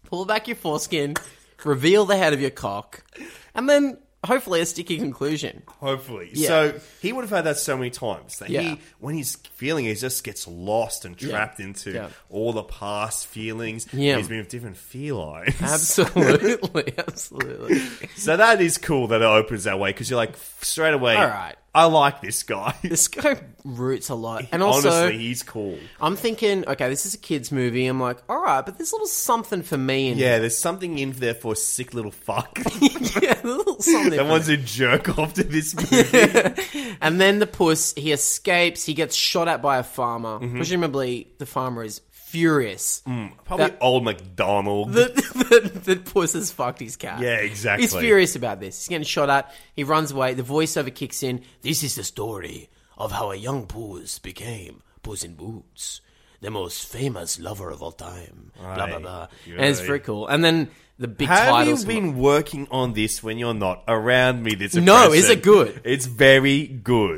Speaker 1: Pull back your foreskin, reveal the head of your cock, and then hopefully a sticky conclusion.
Speaker 2: Hopefully,
Speaker 1: Yeah.
Speaker 2: so he would have had that so many times that
Speaker 1: Yeah.
Speaker 2: he, when he's feeling, he just gets lost and trapped into
Speaker 1: Yeah.
Speaker 2: all the past feelings.
Speaker 1: Yeah.
Speaker 2: he's been with different felines.
Speaker 1: Absolutely, absolutely.
Speaker 2: So that is cool that it opens that way because you're like straight away.
Speaker 1: All right.
Speaker 2: I like this guy.
Speaker 1: This guy roots a lot, and also
Speaker 2: Honestly, he's cool.
Speaker 1: I'm thinking, okay, this is a kids' movie. I'm like, all right, but there's a little something for me in
Speaker 2: Yeah, there's something in there for a sick little fuck
Speaker 1: here. yeah, a little something.
Speaker 2: that
Speaker 1: for
Speaker 2: wants to jerk off to this movie.
Speaker 1: me. And then the puss, he escapes. He gets shot at by a farmer.
Speaker 2: Mm-hmm.
Speaker 1: Presumably, the farmer is furious.
Speaker 2: Probably
Speaker 1: That-
Speaker 2: old McDonald.
Speaker 1: The, the, the puss has fucked his cat.
Speaker 2: Yeah, exactly.
Speaker 1: He's furious about this. He's getting shot at. He runs away. The voiceover kicks in. This is the story of how a young puss became Puss in Boots, the most famous lover of all time. Blah blah
Speaker 2: Aye.
Speaker 1: blah. And it's very cool. And then the big
Speaker 2: Have you
Speaker 1: titles.
Speaker 2: been working on this when you're not around me? This
Speaker 1: No,
Speaker 2: impression?
Speaker 1: is it good?
Speaker 2: It's very good.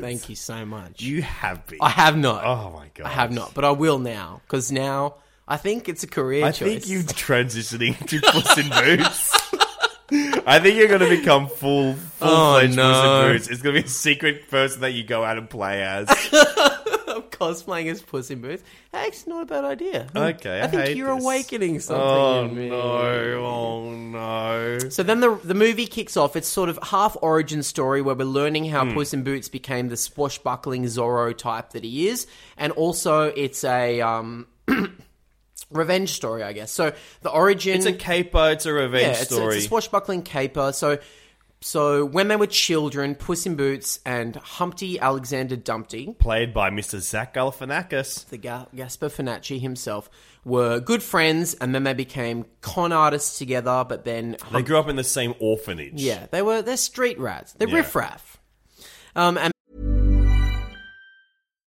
Speaker 1: Thank you so much.
Speaker 2: You have been.
Speaker 1: I have not.
Speaker 2: Oh my god,
Speaker 1: I have not, but I will now because now I think it's a career
Speaker 2: I
Speaker 1: choice.
Speaker 2: think you're transitioning to Puss in Boots. I think you're going to become full, full fledged Puss
Speaker 1: Oh, no.
Speaker 2: in Boots. It's going to be a secret person that you go out and play as.
Speaker 1: cosplaying as Puss in Boots. That's not a bad idea.
Speaker 2: Okay,
Speaker 1: I think
Speaker 2: hate
Speaker 1: you're
Speaker 2: this.
Speaker 1: awakening something
Speaker 2: Oh
Speaker 1: in me.
Speaker 2: no! Oh no!
Speaker 1: So then the the movie kicks off. It's sort of half origin story where we're learning
Speaker 2: Hmm.
Speaker 1: how Puss in Boots became the swashbuckling Zorro type that he is, and also it's a um, revenge story, I guess. So the origin
Speaker 2: It's a caper. It's a
Speaker 1: yeah,
Speaker 2: revenge
Speaker 1: it's, a-
Speaker 2: story.
Speaker 1: it's a swashbuckling caper. So, so when they were children, Puss in Boots and Humpty Alexander Dumpty,
Speaker 2: played by Mr. Zach Galifianakis.
Speaker 1: the Ga- Gaspar Finacci himself, were good friends, and then they became con artists together. But then,
Speaker 2: They grew up in the same orphanage.
Speaker 1: yeah, they were they're street rats. They're
Speaker 2: Yeah.
Speaker 1: riffraff. Um, and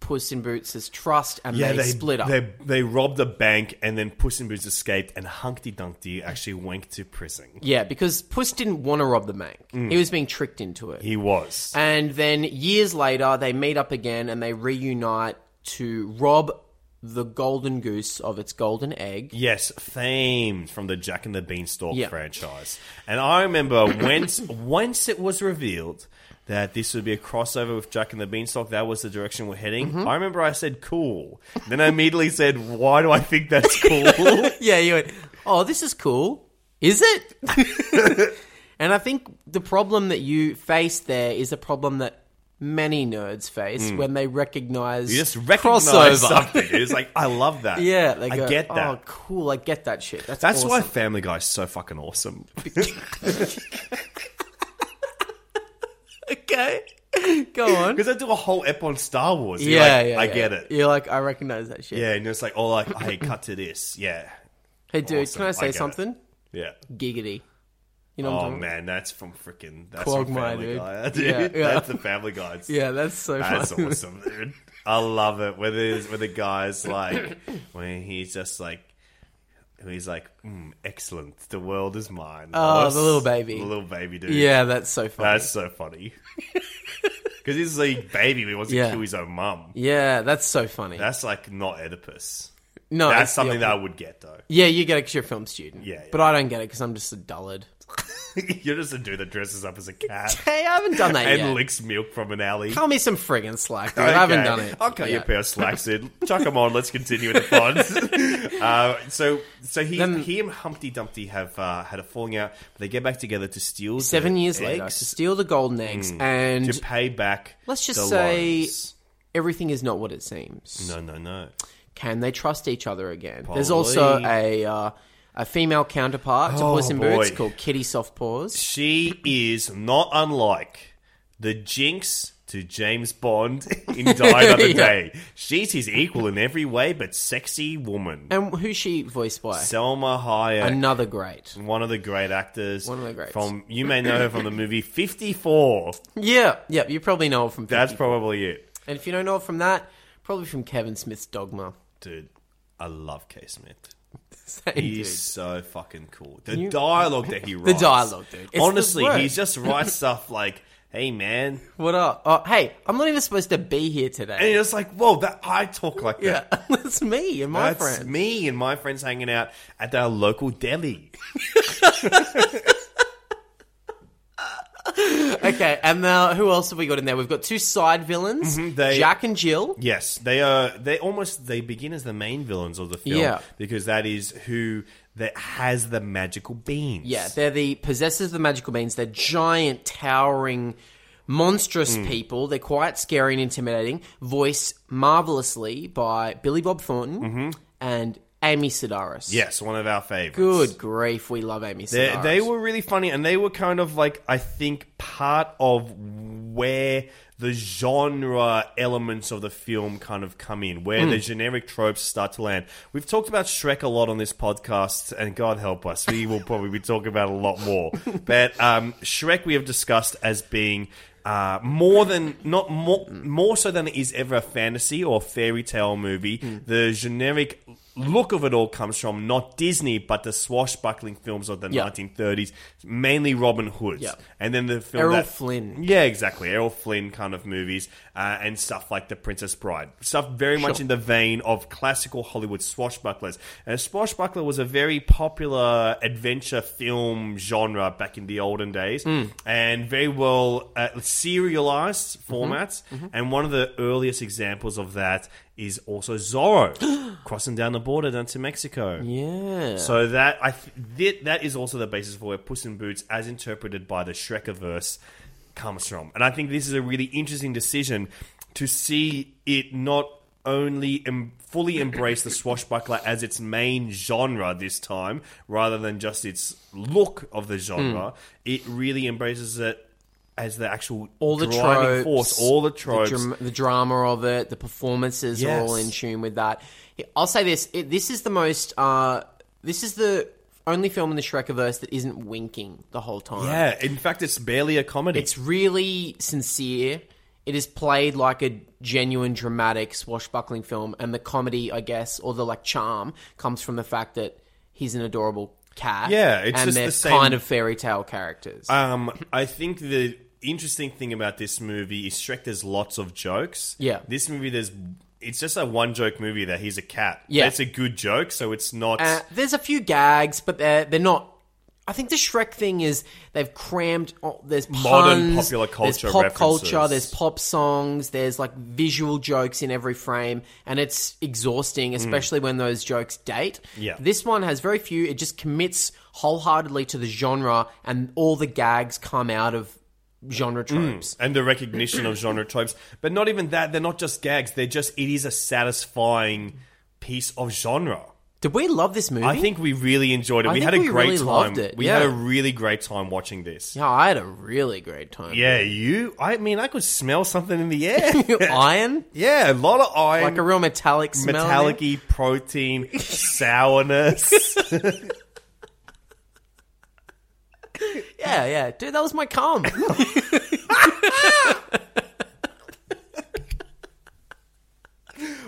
Speaker 1: Puss in Boots' trust and they, split up.
Speaker 2: They, they robbed a bank and then Puss in Boots escaped and Hunkty Dunkty actually went to prison.
Speaker 1: Yeah, because Puss didn't want to rob the bank. He was being tricked into it.
Speaker 2: Mm. He was.
Speaker 1: And then years later, they meet up again and they reunite to rob the golden goose of its golden egg.
Speaker 2: Yes, famed from the Jack and the Beanstalk
Speaker 1: Yeah.
Speaker 2: franchise. And I remember once once it was revealed that this would be a crossover with Jack and the Beanstalk, that was the direction we're heading.
Speaker 1: Mm-hmm.
Speaker 2: I remember I said cool. Then I immediately said, Why do I think that's cool?
Speaker 1: Yeah, you went, oh, this is cool. Is it? and I think the problem that you faced there is a problem that many nerds face when they recognize,
Speaker 2: Hmm. you just recognize
Speaker 1: crossover.
Speaker 2: something. It's like I love that.
Speaker 1: Yeah, they
Speaker 2: I
Speaker 1: go,
Speaker 2: get that.
Speaker 1: Oh, cool. I get that shit. That's,
Speaker 2: That's
Speaker 1: awesome.
Speaker 2: why Family Guy is so fucking awesome.
Speaker 1: Okay. Go on.
Speaker 2: Because they do a whole ep on Star Wars. You're
Speaker 1: Yeah,
Speaker 2: like,
Speaker 1: yeah.
Speaker 2: I
Speaker 1: yeah.
Speaker 2: get it. Yeah.
Speaker 1: You're like, I recognize that shit.
Speaker 2: and it's like, oh, like, hey, cut to this. Yeah,
Speaker 1: Hey, dude,
Speaker 2: Awesome.
Speaker 1: can I
Speaker 2: I
Speaker 1: say
Speaker 2: get it.
Speaker 1: something?
Speaker 2: yeah.
Speaker 1: Giggity. You know what
Speaker 2: Oh
Speaker 1: I'm talking about?
Speaker 2: man, that's from freaking that's from
Speaker 1: Quagmire,
Speaker 2: Family
Speaker 1: dude.
Speaker 2: Guy, dude.
Speaker 1: Yeah, yeah.
Speaker 2: That's the Family Guy.
Speaker 1: Yeah, that's so
Speaker 2: that's
Speaker 1: funny.
Speaker 2: awesome, dude. I love it. Where there's where the guys like when he's just like. when He's like, mm, excellent. The world is mine.
Speaker 1: Oh,
Speaker 2: Lois,
Speaker 1: the little baby.
Speaker 2: the little baby dude.
Speaker 1: Yeah, that's so funny.
Speaker 2: that's so funny. Because he's a baby who wants
Speaker 1: Yeah.
Speaker 2: to kill his own mum.
Speaker 1: yeah, that's so funny.
Speaker 2: That's like not Oedipus.
Speaker 1: no,
Speaker 2: That's
Speaker 1: it's the
Speaker 2: something that I
Speaker 1: opposite.
Speaker 2: would get though.
Speaker 1: Yeah, you get it because you're a film student.
Speaker 2: Yeah, yeah.
Speaker 1: But I don't get it because I'm just a dullard.
Speaker 2: You're just a dude that dresses up as a cat
Speaker 1: Hey, I haven't done that
Speaker 2: and
Speaker 1: yet.
Speaker 2: licks milk from an alley.
Speaker 1: Call me some friggin' slack, dude. I haven't
Speaker 2: Okay.
Speaker 1: done it.
Speaker 2: I'll cut your
Speaker 1: yet.
Speaker 2: pair of slacks in. Chuck them on. Let's continue with the pod. uh, so, so he, he and Humpty Dumpty have uh, had a falling out. But they get back together to steal
Speaker 1: Seven
Speaker 2: the
Speaker 1: years later, to
Speaker 2: eggs Hmm.
Speaker 1: steal the golden eggs, and
Speaker 2: to pay back.
Speaker 1: Let's just
Speaker 2: the
Speaker 1: say-
Speaker 2: loans.
Speaker 1: everything is not what it seems.
Speaker 2: no, no, no.
Speaker 1: Can they trust each other again? There's also a uh, a female counterpart to Puss in Boots
Speaker 2: Oh, boy.
Speaker 1: called Kitty Softpaws.
Speaker 2: She is not unlike the Jinx to James Bond in Die Another Day. She's his equal in every way, but sexy woman.
Speaker 1: And who's she voiced by?
Speaker 2: Selma Hayek.
Speaker 1: Another great.
Speaker 2: one of the great actors.
Speaker 1: One of the greats.
Speaker 2: From you may know her from the movie Fifty Four.
Speaker 1: Yeah, yeah, you probably know it from 50.
Speaker 2: That's probably it,
Speaker 1: And if you don't know it from that, probably from Kevin Smith's Dogma.
Speaker 2: dude. I love K. Smith.
Speaker 1: Same
Speaker 2: He's so fucking cool. The dialogue that he writes.
Speaker 1: dialogue, dude. It's the
Speaker 2: Honestly,
Speaker 1: worst.
Speaker 2: he just writes stuff like, "Hey, man,"
Speaker 1: dude. What up? Oh, hey, I'm not even supposed to be here today.
Speaker 2: and you're just like, "Whoa, that I talk like
Speaker 1: yeah,
Speaker 2: that."
Speaker 1: that's me and my
Speaker 2: That's
Speaker 1: friend.
Speaker 2: me and my friends hanging out at our local deli.
Speaker 1: Okay, and now who else have we got in there? We've got two side villains,
Speaker 2: Mm-hmm, they-
Speaker 1: Jack and Jill.
Speaker 2: Yes, they are. They almost they begin as the main villains of the film
Speaker 1: Yeah.
Speaker 2: because that is who that has the magical beans.
Speaker 1: Yeah, they're the possessors of the magical beans. They're giant, towering, monstrous
Speaker 2: Mm.
Speaker 1: people. They're quite scary and intimidating, voiced marvelously by Billy Bob Thornton and Amy Sedaris.
Speaker 2: Mm-hmm. Yes, one of our favorites.
Speaker 1: Good grief, we love Amy
Speaker 2: They,
Speaker 1: Sedaris.
Speaker 2: they were really funny, and they were kind of like I think part of where the genre elements of the film kind of come in, where
Speaker 7: Mm.
Speaker 2: the generic tropes start to land. We've talked about Shrek a lot on this podcast, and God help us, we will probably be talking about it a lot more. But um, Shrek, we have discussed as being. Uh, more than not more more so than it is ever a fantasy or fairy tale movie. The generic look of it all comes from not Disney, but the swashbuckling films of the
Speaker 1: Yeah.
Speaker 2: 1930s, mainly Robin Hood's,
Speaker 1: Yeah.
Speaker 2: and then the film
Speaker 1: Errol
Speaker 2: that-
Speaker 1: Flynn.
Speaker 2: yeah, exactly. Errol Flynn kind of movies uh, and stuff like The Princess Bride. Stuff very much
Speaker 1: Sure.
Speaker 2: in the vein of classical Hollywood swashbucklers. And swashbuckler was a very popular adventure film genre back in the olden days
Speaker 1: Mm.
Speaker 2: and very well uh, serialized formats.
Speaker 1: Mhm.
Speaker 2: And one of the earliest examples of that is also Zorro crossing down the border down to Mexico.
Speaker 1: Yeah.
Speaker 2: So that I th- th- that is also the basis for where Puss in Boots, as interpreted by the Shrekiverse, comes from. And I think this is a really interesting decision to see it not only em- fully embrace the swashbuckler as its main genre this time, rather than just its look of
Speaker 1: Hmm.
Speaker 2: the genre. It really embraces it as the actual
Speaker 1: all the
Speaker 2: driving
Speaker 1: tropes,
Speaker 2: force, all the tropes.
Speaker 1: the, dram- the drama of it, the performances are all
Speaker 2: Yes.
Speaker 1: in tune with that. I'll say this: it, this is the most, uh, this is the only film in the Shrekiverse that isn't winking the whole time.
Speaker 2: yeah, in fact, it's barely a comedy.
Speaker 1: It's really sincere. It is played like a genuine dramatic swashbuckling film, and the comedy, I guess, or the like charm comes from the fact that he's an adorable cat.
Speaker 2: Yeah, it's
Speaker 1: and
Speaker 2: just
Speaker 1: they're
Speaker 2: the same-
Speaker 1: kind of fairy tale characters.
Speaker 2: Um, I think the interesting thing about this movie is Shrek. There's lots of jokes.
Speaker 1: Yeah.
Speaker 2: this movie there's it's just a one joke movie that he's a cat.
Speaker 1: Yeah.
Speaker 2: that's a good joke. So it's not.
Speaker 1: Uh, there's a few gags, but they're they're not. I think the Shrek thing is they've crammed. Oh, there's puns,
Speaker 2: Modern popular culture
Speaker 1: there's pop
Speaker 2: references.
Speaker 1: culture, there's pop songs, there's like visual jokes in every frame, and it's exhausting, especially when those jokes date.
Speaker 2: Mm. Yeah.
Speaker 1: this one has very few. It just commits wholeheartedly to the genre, and all the gags come out of genre tropes.
Speaker 2: Mm, and the recognition of genre tropes. But not even that, they're not just gags, they're just it is a satisfying piece of genre.
Speaker 1: Did we love this movie?
Speaker 2: I think we really enjoyed it.
Speaker 1: I
Speaker 2: we
Speaker 1: think
Speaker 2: had a
Speaker 1: we
Speaker 2: great
Speaker 1: really
Speaker 2: time.
Speaker 1: loved it,
Speaker 2: We had
Speaker 1: yeah.
Speaker 2: a really great time watching this.
Speaker 1: Yeah, I had a really great time.
Speaker 2: Yeah, you I mean I could smell something in the air.
Speaker 1: iron?
Speaker 2: Yeah, a lot of iron.
Speaker 1: Like a real metallic smell in
Speaker 2: Metallic protein, sourness.
Speaker 1: Yeah, yeah, dude, that was my cum.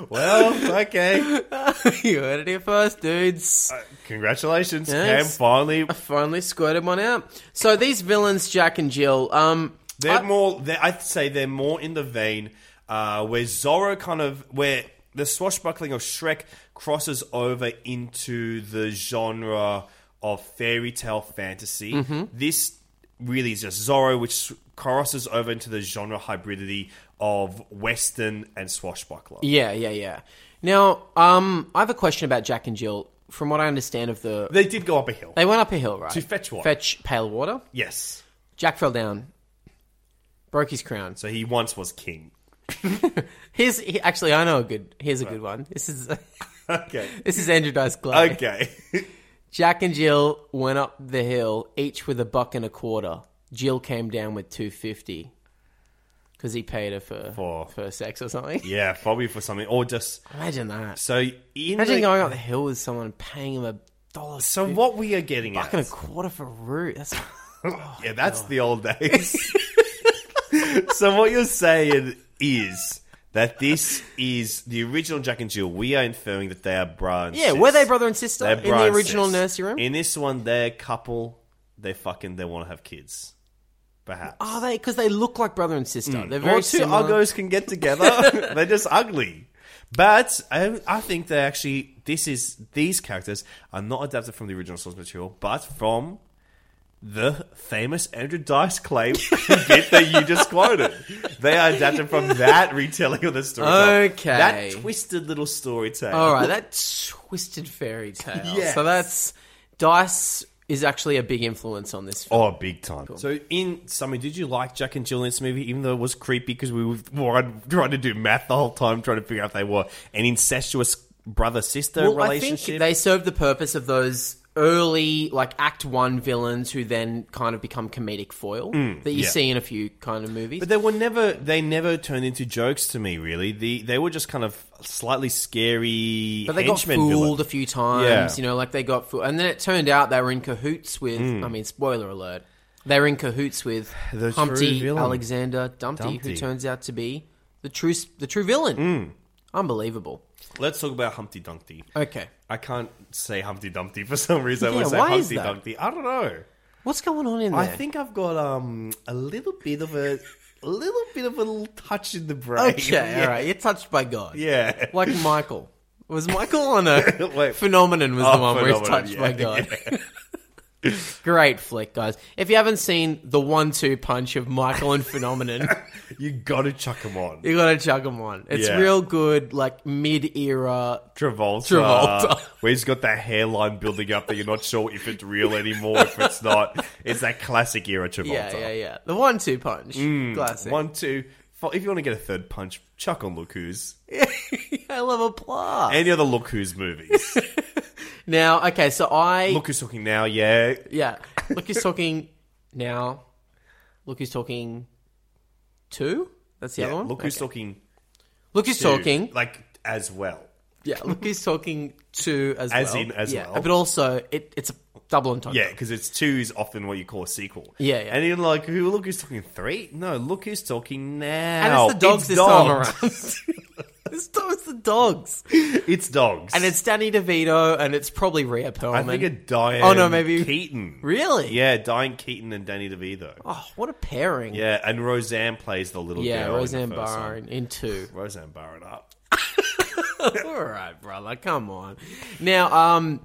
Speaker 2: well, okay.
Speaker 1: you heard it here first, dudes.
Speaker 2: Congratulations,
Speaker 1: Yes.
Speaker 2: Cam finally
Speaker 1: I finally squirted one out. So these villains, Jack and Jill, um,
Speaker 2: They're more. They're, I'd say they're more in the vein uh, where Zorro kind of where the swashbuckling of Shrek crosses over into the genre of fairy tale fantasy.
Speaker 1: Mm-hmm.
Speaker 7: Mhm.
Speaker 2: This really is just Zorro, which crosses over into the genre hybridity of western and swashbuckler.
Speaker 1: yeah, yeah, yeah. Now, um, I have a question about Jack and Jill. From what I understand of the,
Speaker 2: they did go up a hill.
Speaker 1: They went up a hill, right?
Speaker 2: To fetch water.
Speaker 1: Fetch pale water.
Speaker 2: Yes.
Speaker 1: Jack fell down, broke his crown.
Speaker 2: So he once was king.
Speaker 1: Here's he- actually, I know a good. Here's a good one. This is
Speaker 2: okay.
Speaker 1: This is Andrew Dice Clay.
Speaker 2: Okay.
Speaker 1: Jack and Jill went up the hill, each with a buck and a quarter. Jill came down with two fifty because he paid her for, for sex or something.
Speaker 2: Yeah, probably for something, or just
Speaker 1: Imagine that.
Speaker 2: So in
Speaker 1: Imagine
Speaker 2: the-
Speaker 1: going up the hill with someone and paying him a dollar.
Speaker 2: So what we are getting
Speaker 1: buck
Speaker 2: at?
Speaker 1: and a quarter for root. That's
Speaker 2: yeah, that's the old days. so what you're saying is that this is the original Jack and Jill. We are inferring that they are brother and
Speaker 1: yeah.
Speaker 2: sis.
Speaker 1: Were they brother and sister
Speaker 2: They're
Speaker 1: in
Speaker 2: brother
Speaker 1: the
Speaker 2: and
Speaker 1: original
Speaker 2: sis.
Speaker 1: nursery room?
Speaker 2: In this one, they're a couple. They fucking they want to have kids. Perhaps.
Speaker 1: Are they? Because they look like brother and sister. They're very
Speaker 2: Mm. Or two
Speaker 1: similar.
Speaker 2: uggos can get together. They're just ugly. But I, I think they actually this is these characters are not adapted from the original source material, but from the famous Andrew Dice Clay bit that you just quoted. They are adapted from that retelling of the story.
Speaker 1: Okay.
Speaker 2: that twisted little story tale.
Speaker 1: All right, that twisted fairy tale.
Speaker 2: Yes.
Speaker 1: So that's Dice is actually a big influence on this. Film.
Speaker 2: Oh, big time. So, in summary, did you like Jack and Jill in this movie, even though it was creepy because we were trying to do math the whole time, trying to figure out if they were an incestuous brother sister
Speaker 1: Well, I think
Speaker 2: relationship?
Speaker 1: they serve the purpose of those early like Act One villains who then kind of become comedic foil
Speaker 2: Mm,
Speaker 1: that you
Speaker 2: yeah.
Speaker 1: see in a few kind of movies.
Speaker 2: But they were never they never turned into jokes to me really. The they were just kind of slightly scary.
Speaker 1: But they got
Speaker 2: henchmen
Speaker 1: fooled
Speaker 2: villain.
Speaker 1: a few times,
Speaker 2: Yeah.
Speaker 1: you know, like they got fooled. And then it turned out they were in cahoots with,
Speaker 2: Mm.
Speaker 1: I mean, spoiler alert, they were in cahoots with
Speaker 2: The true
Speaker 1: Humpty
Speaker 2: villain.
Speaker 1: Alexander Dumpty,
Speaker 2: Dumpty. Mm.
Speaker 1: who turns out to be the true, s- the true villain. Unbelievable.
Speaker 2: Let's talk about Humpty Dumpty.
Speaker 1: Okay.
Speaker 2: I can't say Humpty Dumpty for some reason. I
Speaker 1: Yeah,
Speaker 2: want to say
Speaker 1: why is
Speaker 2: Humpty
Speaker 1: that?
Speaker 2: Dumpty. I don't know.
Speaker 1: What's going on in there?
Speaker 2: I think I've got um a little bit of a, a little bit of a little touch in the brain.
Speaker 1: Okay, all right. You're touched by God.
Speaker 2: Yeah.
Speaker 1: Like Michael. Was Michael on a
Speaker 2: Wait.
Speaker 1: phenomenon? Was
Speaker 2: Oh,
Speaker 1: the one where he's
Speaker 2: Phenomenon,
Speaker 1: touched
Speaker 2: yeah,
Speaker 1: by God.
Speaker 2: yeah.
Speaker 1: Great flick, guys. If you haven't seen the one-two punch of Michael and Phenomenon,
Speaker 2: you gotta chuck him on.
Speaker 1: You gotta chuck him on. It's
Speaker 2: Yeah.
Speaker 1: real good, like mid-era.
Speaker 2: Travolta.
Speaker 1: Travolta.
Speaker 2: Where he's got that hairline building up that you're not sure if it's real anymore, if it's not. It's that classic era Travolta.
Speaker 1: Yeah, yeah, yeah. The one-two punch,
Speaker 2: Mm,
Speaker 1: classic.
Speaker 2: One, two. fo- If you want to get a third punch, chuck on Look Who's.
Speaker 1: I love applause.
Speaker 2: Any other Look Who's movies.
Speaker 1: now, okay, so I
Speaker 2: Look Who's Talking Now, yeah.
Speaker 1: yeah. Look who's talking now. Look who's talking. Two. That's the
Speaker 2: Yeah,
Speaker 1: other one.
Speaker 2: Look Who's
Speaker 1: Okay.
Speaker 2: Talking.
Speaker 1: Look who's
Speaker 2: two,
Speaker 1: talking.
Speaker 2: Like, as well.
Speaker 1: Yeah, look who's talking two as,
Speaker 2: As
Speaker 1: well.
Speaker 2: in, as
Speaker 1: Yeah,
Speaker 2: well.
Speaker 1: But also, it, it's a double entendre.
Speaker 2: Yeah, because it's two is often what you call a sequel.
Speaker 1: Yeah, yeah.
Speaker 2: And you're like, who? Look who's talking three? No, look who's talking
Speaker 1: and
Speaker 2: now.
Speaker 1: it's the dogs this
Speaker 2: dogs.
Speaker 1: time around. This time it's the dogs.
Speaker 2: It's dogs.
Speaker 1: And it's Danny DeVito, and it's probably Rhea Perlman.
Speaker 2: I think a Diane.
Speaker 1: Oh no, maybe
Speaker 2: Keaton.
Speaker 1: Really?
Speaker 2: Yeah, Diane Keaton and Danny DeVito.
Speaker 1: Oh, what a pairing!
Speaker 2: Yeah, and Roseanne plays the little
Speaker 1: yeah,
Speaker 2: girl.
Speaker 1: Roseanne
Speaker 2: in the first one.
Speaker 1: Barron in two.
Speaker 2: Roseanne Barron up.
Speaker 1: All right, brother, come on. Now, um,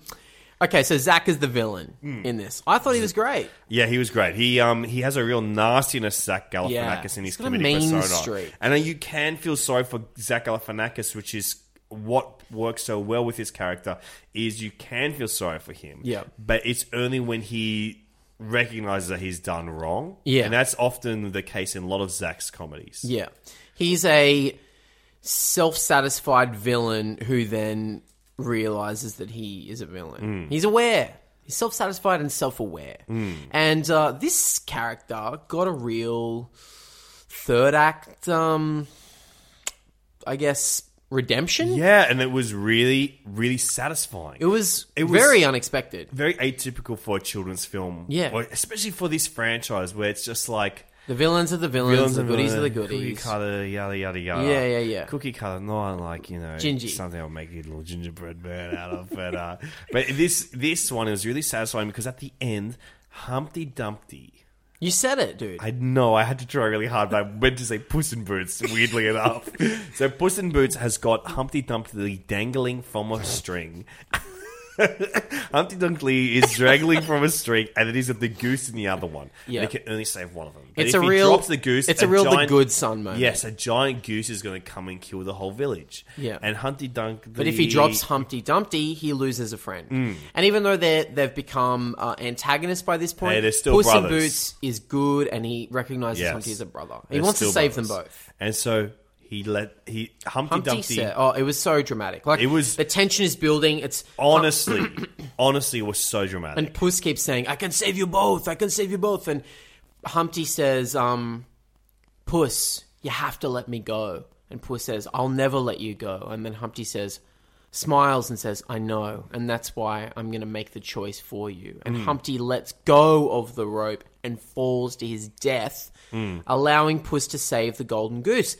Speaker 1: okay, so Zach is the villain
Speaker 2: Hmm.
Speaker 1: in this. I thought he was great.
Speaker 2: Yeah, he was great. He um he has a real nastiness, Zach Galifianakis,
Speaker 1: Yeah.
Speaker 2: in his
Speaker 1: He's got a
Speaker 2: comedic
Speaker 1: mean
Speaker 2: persona,
Speaker 1: streak.
Speaker 2: and then you can feel sorry for Zach Galifianakis, which is what works so well with his character. Is you can feel sorry for him,
Speaker 1: Yeah.
Speaker 2: but it's only when he recognizes that he's done wrong,
Speaker 1: Yeah.
Speaker 2: and that's often the case in a lot of Zach's comedies.
Speaker 1: Yeah, he's a self-satisfied villain who then realizes that he is a villain. He's aware. He's self-satisfied and self-aware. And uh, this character got a real third act, um, I guess, redemption.
Speaker 2: Yeah, and it was really, really satisfying.
Speaker 1: It was
Speaker 2: It was-
Speaker 1: very unexpected.
Speaker 2: very atypical for a children's film.
Speaker 1: Yeah.
Speaker 2: Or- especially for this franchise where it's just like
Speaker 1: The villains are the villains, the
Speaker 2: and
Speaker 1: goodies are the
Speaker 2: Cookie
Speaker 1: goodies.
Speaker 2: cutter, yada yada yada.
Speaker 1: Yeah, yeah, yeah.
Speaker 2: Cookie cutter, not like you know,
Speaker 1: Gingy.
Speaker 2: something I'll make you a little gingerbread man out of. But uh, but this this one is really satisfying because at the end, Humpty Dumpty.
Speaker 1: You said it, dude.
Speaker 2: I know I had to try really hard, but I meant to say Puss in Boots. Weirdly enough, so Puss in Boots has got Humpty Dumpty dangling from a string. Humpty Dumpty is dangling from a string, and it is the goose in the other one.
Speaker 1: Yeah.
Speaker 2: they can only save one of them.
Speaker 1: It's
Speaker 2: if
Speaker 1: a
Speaker 2: he
Speaker 1: real-
Speaker 2: drops the goose.
Speaker 1: it's a real the
Speaker 2: giant-
Speaker 1: good son moment.
Speaker 2: Yes, a giant goose is going to come and kill the whole village.
Speaker 1: Yeah.
Speaker 2: and Humpty Dumpty.
Speaker 1: But if he drops Humpty Dumpty, he loses a friend.
Speaker 2: Hmm.
Speaker 1: And even though they they've become uh, antagonists by this point,
Speaker 2: Hey, they're still
Speaker 1: Puss in
Speaker 2: brothers.
Speaker 1: Boots is good, and he recognizes
Speaker 2: Yes.
Speaker 1: Humpty as a brother. He
Speaker 2: They're
Speaker 1: wants to
Speaker 2: still
Speaker 1: save them
Speaker 2: brothers.
Speaker 1: both.
Speaker 2: and so he let he Humpty,
Speaker 1: Humpty,
Speaker 2: Dumpty.
Speaker 1: said, "Oh, it was so dramatic. Like
Speaker 2: It was-
Speaker 1: the tension is building. It's
Speaker 2: Honestly, honestly, was so dramatic.
Speaker 1: and Puss keeps saying, "I can save you both. I can save you both." And Humpty says, um, "Puss, you have to let me go." And Puss says, "I'll never let you go." And then Humpty says, smiles and says, "I know, and that's why I'm going to make the choice for you." And
Speaker 2: Hmm.
Speaker 1: Humpty lets go of the rope and falls to his death,
Speaker 2: Hmm.
Speaker 1: allowing Puss to save the golden goose.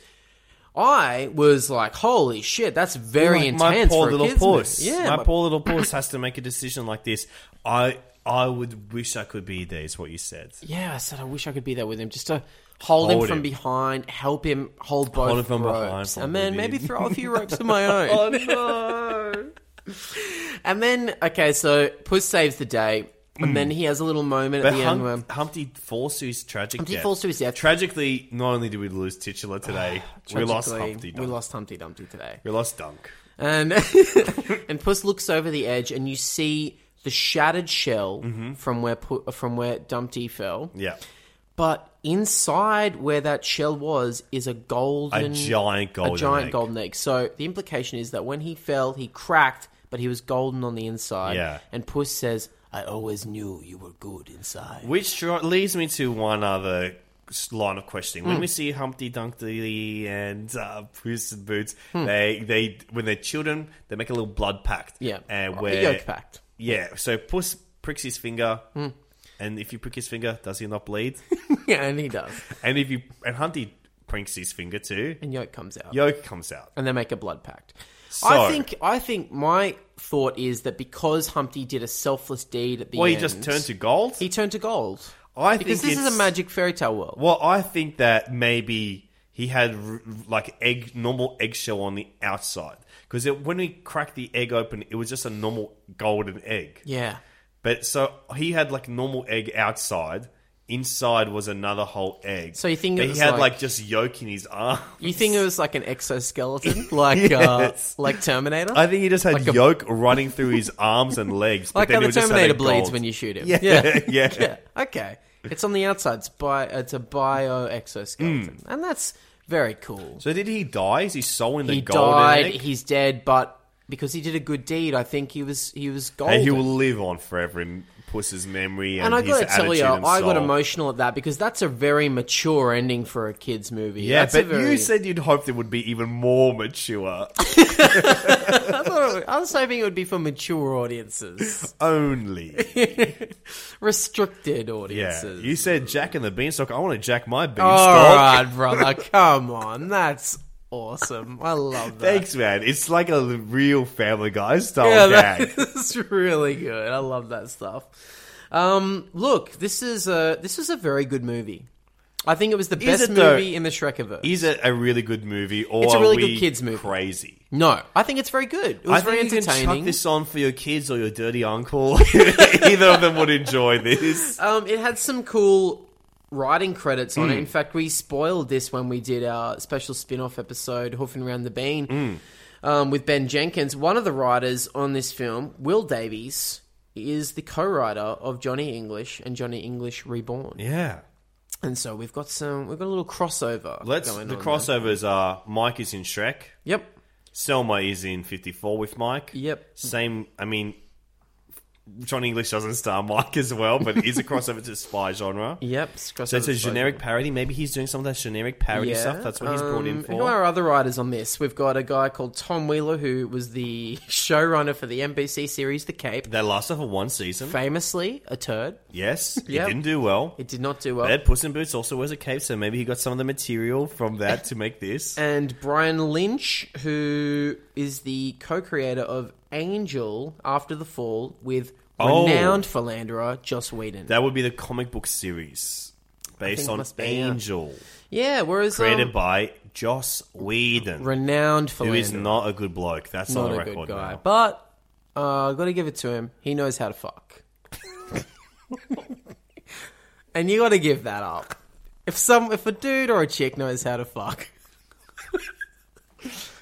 Speaker 1: I was like, "Holy shit, that's very
Speaker 2: Like,
Speaker 1: intense."
Speaker 2: My poor
Speaker 1: for a
Speaker 2: little
Speaker 1: kid's movie.
Speaker 2: puss.
Speaker 1: Yeah,
Speaker 2: my,
Speaker 1: my-
Speaker 2: poor little puss has to make a decision like this. I I would wish I could be there. Is what you said.
Speaker 1: Yeah, I said I wish I could be there with him, just to hold, him
Speaker 2: Hold
Speaker 1: from
Speaker 2: him.
Speaker 1: behind, help him hold both
Speaker 2: Hold him from behind,
Speaker 1: ropes,
Speaker 2: from
Speaker 1: and then maybe
Speaker 2: within.
Speaker 1: throw a few ropes of my own.
Speaker 2: no!
Speaker 1: and then okay, so Puss saves the day, and then he has a little moment
Speaker 2: But
Speaker 1: at the end where
Speaker 2: Hum- Humpty falls to his tragic
Speaker 1: Humpty
Speaker 2: death.
Speaker 1: falls to his death. Ah,
Speaker 2: Tragically, not only did we lose titular today, we lost
Speaker 1: tragically,
Speaker 2: Humpty.
Speaker 1: We
Speaker 2: Dunk.
Speaker 1: lost Humpty Dumpty today,
Speaker 2: We lost Dunk.
Speaker 1: and and Puss looks over the edge, and you see the shattered shell
Speaker 2: Mm-hmm.
Speaker 1: from where Pu- from where Dumpty fell.
Speaker 2: Yeah,
Speaker 1: But inside where that shell was is a golden,
Speaker 2: giant golden
Speaker 1: a giant
Speaker 2: egg.
Speaker 1: golden egg. So the implication is that when he fell, he cracked, but he was golden on the inside.
Speaker 2: Yeah.
Speaker 1: And Puss says,
Speaker 7: I always knew you were good inside.
Speaker 2: Which dro- leads me to one other s- line of questioning. When
Speaker 7: Hmm.
Speaker 2: we see Humpty Dumpty and uh, Puss in Boots,
Speaker 7: Hmm.
Speaker 2: they they when they're children, they make a little blood pact.
Speaker 1: Yeah.
Speaker 2: and
Speaker 1: A
Speaker 2: where,
Speaker 1: yolk pact.
Speaker 2: Yeah, so Puss pricks his finger,
Speaker 1: Hmm.
Speaker 2: and if you prick his finger, does he not bleed?
Speaker 1: yeah, and he does.
Speaker 2: and if you and Humpty pricks his finger too,
Speaker 1: and yolk comes out.
Speaker 2: Yolk comes out.
Speaker 1: and they make a blood pact.
Speaker 2: So-
Speaker 1: I think I think my thought is that because Humpty did a selfless deed at the
Speaker 2: Well, he
Speaker 1: end,
Speaker 2: just turned to gold.
Speaker 1: He turned to gold.
Speaker 2: I
Speaker 1: because
Speaker 2: think
Speaker 1: this is a
Speaker 2: it's-
Speaker 1: magic fairy tale world.
Speaker 2: Well, I think that maybe he had r- like egg normal eggshell on the outside because when he cracked the egg open, it was just a normal golden egg.
Speaker 1: Yeah.
Speaker 2: But so he had like normal egg outside. Inside was another whole egg.
Speaker 1: So you think it
Speaker 2: But
Speaker 1: was
Speaker 2: he had
Speaker 1: like-
Speaker 2: like, just yolk in his arm?
Speaker 1: You think it was like an exoskeleton, like
Speaker 2: Yes.
Speaker 1: uh, like Terminator?
Speaker 2: I think he just had
Speaker 1: Like a-
Speaker 2: yolk running through his arms and legs. But
Speaker 1: like
Speaker 2: then
Speaker 1: how
Speaker 2: it
Speaker 1: the
Speaker 2: was just had a
Speaker 1: Terminator bleeds
Speaker 2: gold.
Speaker 1: when you shoot him.
Speaker 2: Yeah, yeah.
Speaker 1: yeah. Okay, it's on the outside. It's bi- It's a bio exoskeleton, and that's very cool.
Speaker 2: So did he die? Hmm. Is he soul in the
Speaker 1: he
Speaker 2: golden
Speaker 1: died.
Speaker 2: egg?
Speaker 1: He's dead, but because he did a good deed, I think he was he was golden.
Speaker 2: And he will live on forever in Puss's memory and,
Speaker 1: And I
Speaker 2: his
Speaker 1: gotta tell
Speaker 2: attitude
Speaker 1: you,
Speaker 2: and
Speaker 1: I got
Speaker 2: soul.
Speaker 1: emotional at that because that's a very mature ending for a kids' movie.
Speaker 2: Yeah,
Speaker 1: That's a
Speaker 2: but
Speaker 1: very-
Speaker 2: you said you'd hoped it would be even more mature.
Speaker 1: I, thought it- I was hoping it would be for mature audiences,
Speaker 2: Only.
Speaker 1: restricted
Speaker 2: yeah.
Speaker 1: audiences.
Speaker 2: You said Jack and the Beanstalk. I want to jack my beanstalk.
Speaker 1: All right, brother, come on, that's awesome. I love that.
Speaker 2: Thanks, man. It's like a real Family Guy style
Speaker 1: that
Speaker 2: gag.
Speaker 1: is really good. I love that stuff. Um, look, this is a this is a very good movie. I think it was the
Speaker 2: Is
Speaker 1: best
Speaker 2: it though?
Speaker 1: movie in the Shrekiverse.
Speaker 2: Is it a really good movie or
Speaker 1: It's a really
Speaker 2: are
Speaker 1: good
Speaker 2: we
Speaker 1: kids' movie.
Speaker 2: Crazy.
Speaker 1: No, I think it's very good. It was
Speaker 2: I
Speaker 1: very
Speaker 2: think you can
Speaker 1: entertaining.
Speaker 2: chuck this on for your kids or your dirty uncle. Either of them would enjoy this.
Speaker 1: Um, it had some cool writing credits
Speaker 2: Mm.
Speaker 1: on it. In fact, we spoiled this when we did our special spin off episode, Hoofing Around the Bean,
Speaker 2: Mm.
Speaker 1: um, with Ben Jenkins. One of the writers on this film, Will Davies, is the co writer of Johnny English and Johnny English Reborn.
Speaker 2: Yeah.
Speaker 1: And so we've got some, we've got a little crossover.
Speaker 2: Let's.
Speaker 1: going
Speaker 2: the
Speaker 1: on
Speaker 2: crossovers are Mike is in Shrek.
Speaker 1: Yep.
Speaker 2: Selma is in Fifty Four with Mike.
Speaker 1: Yep.
Speaker 2: Same. I mean, John English doesn't star Mike as well, but it is a crossover to spy genre.
Speaker 1: there. Yep. it's
Speaker 2: So it's
Speaker 1: crossover
Speaker 2: a
Speaker 1: spy
Speaker 2: generic parody. Maybe he's doing some of that generic parody stuff. That's what he's brought in
Speaker 1: um,
Speaker 2: for.
Speaker 1: Who are our other writers on this? We've got a guy called Tom Wheeler, who was the showrunner for the NBC series The Cape.
Speaker 2: They lasted for one season.
Speaker 1: Famously, a turd.
Speaker 2: Yes, it
Speaker 1: Yep.
Speaker 2: didn't do well.
Speaker 1: It did not do well.
Speaker 2: But Puss in Boots also wears a cape, so maybe he got some of the material from that to make this.
Speaker 1: And Brian Lynch, who is the co creator of Angel After the Fall with
Speaker 2: Oh.
Speaker 1: renowned philanderer Joss Whedon.
Speaker 2: That would be the comic book series
Speaker 1: think
Speaker 2: based
Speaker 1: it
Speaker 2: on
Speaker 1: must be, yeah.
Speaker 2: Angel,
Speaker 1: yeah, whereas. um,
Speaker 2: created by Joss Whedon,
Speaker 1: renowned
Speaker 2: who is
Speaker 1: philanderer.
Speaker 2: not a good bloke. That's
Speaker 1: not
Speaker 2: on the
Speaker 1: a
Speaker 2: record
Speaker 1: good guy.
Speaker 2: now.
Speaker 1: But uh, got to give it to him. He knows how to fuck. and you got to give that up. If some, if a dude or a chick knows how to fuck,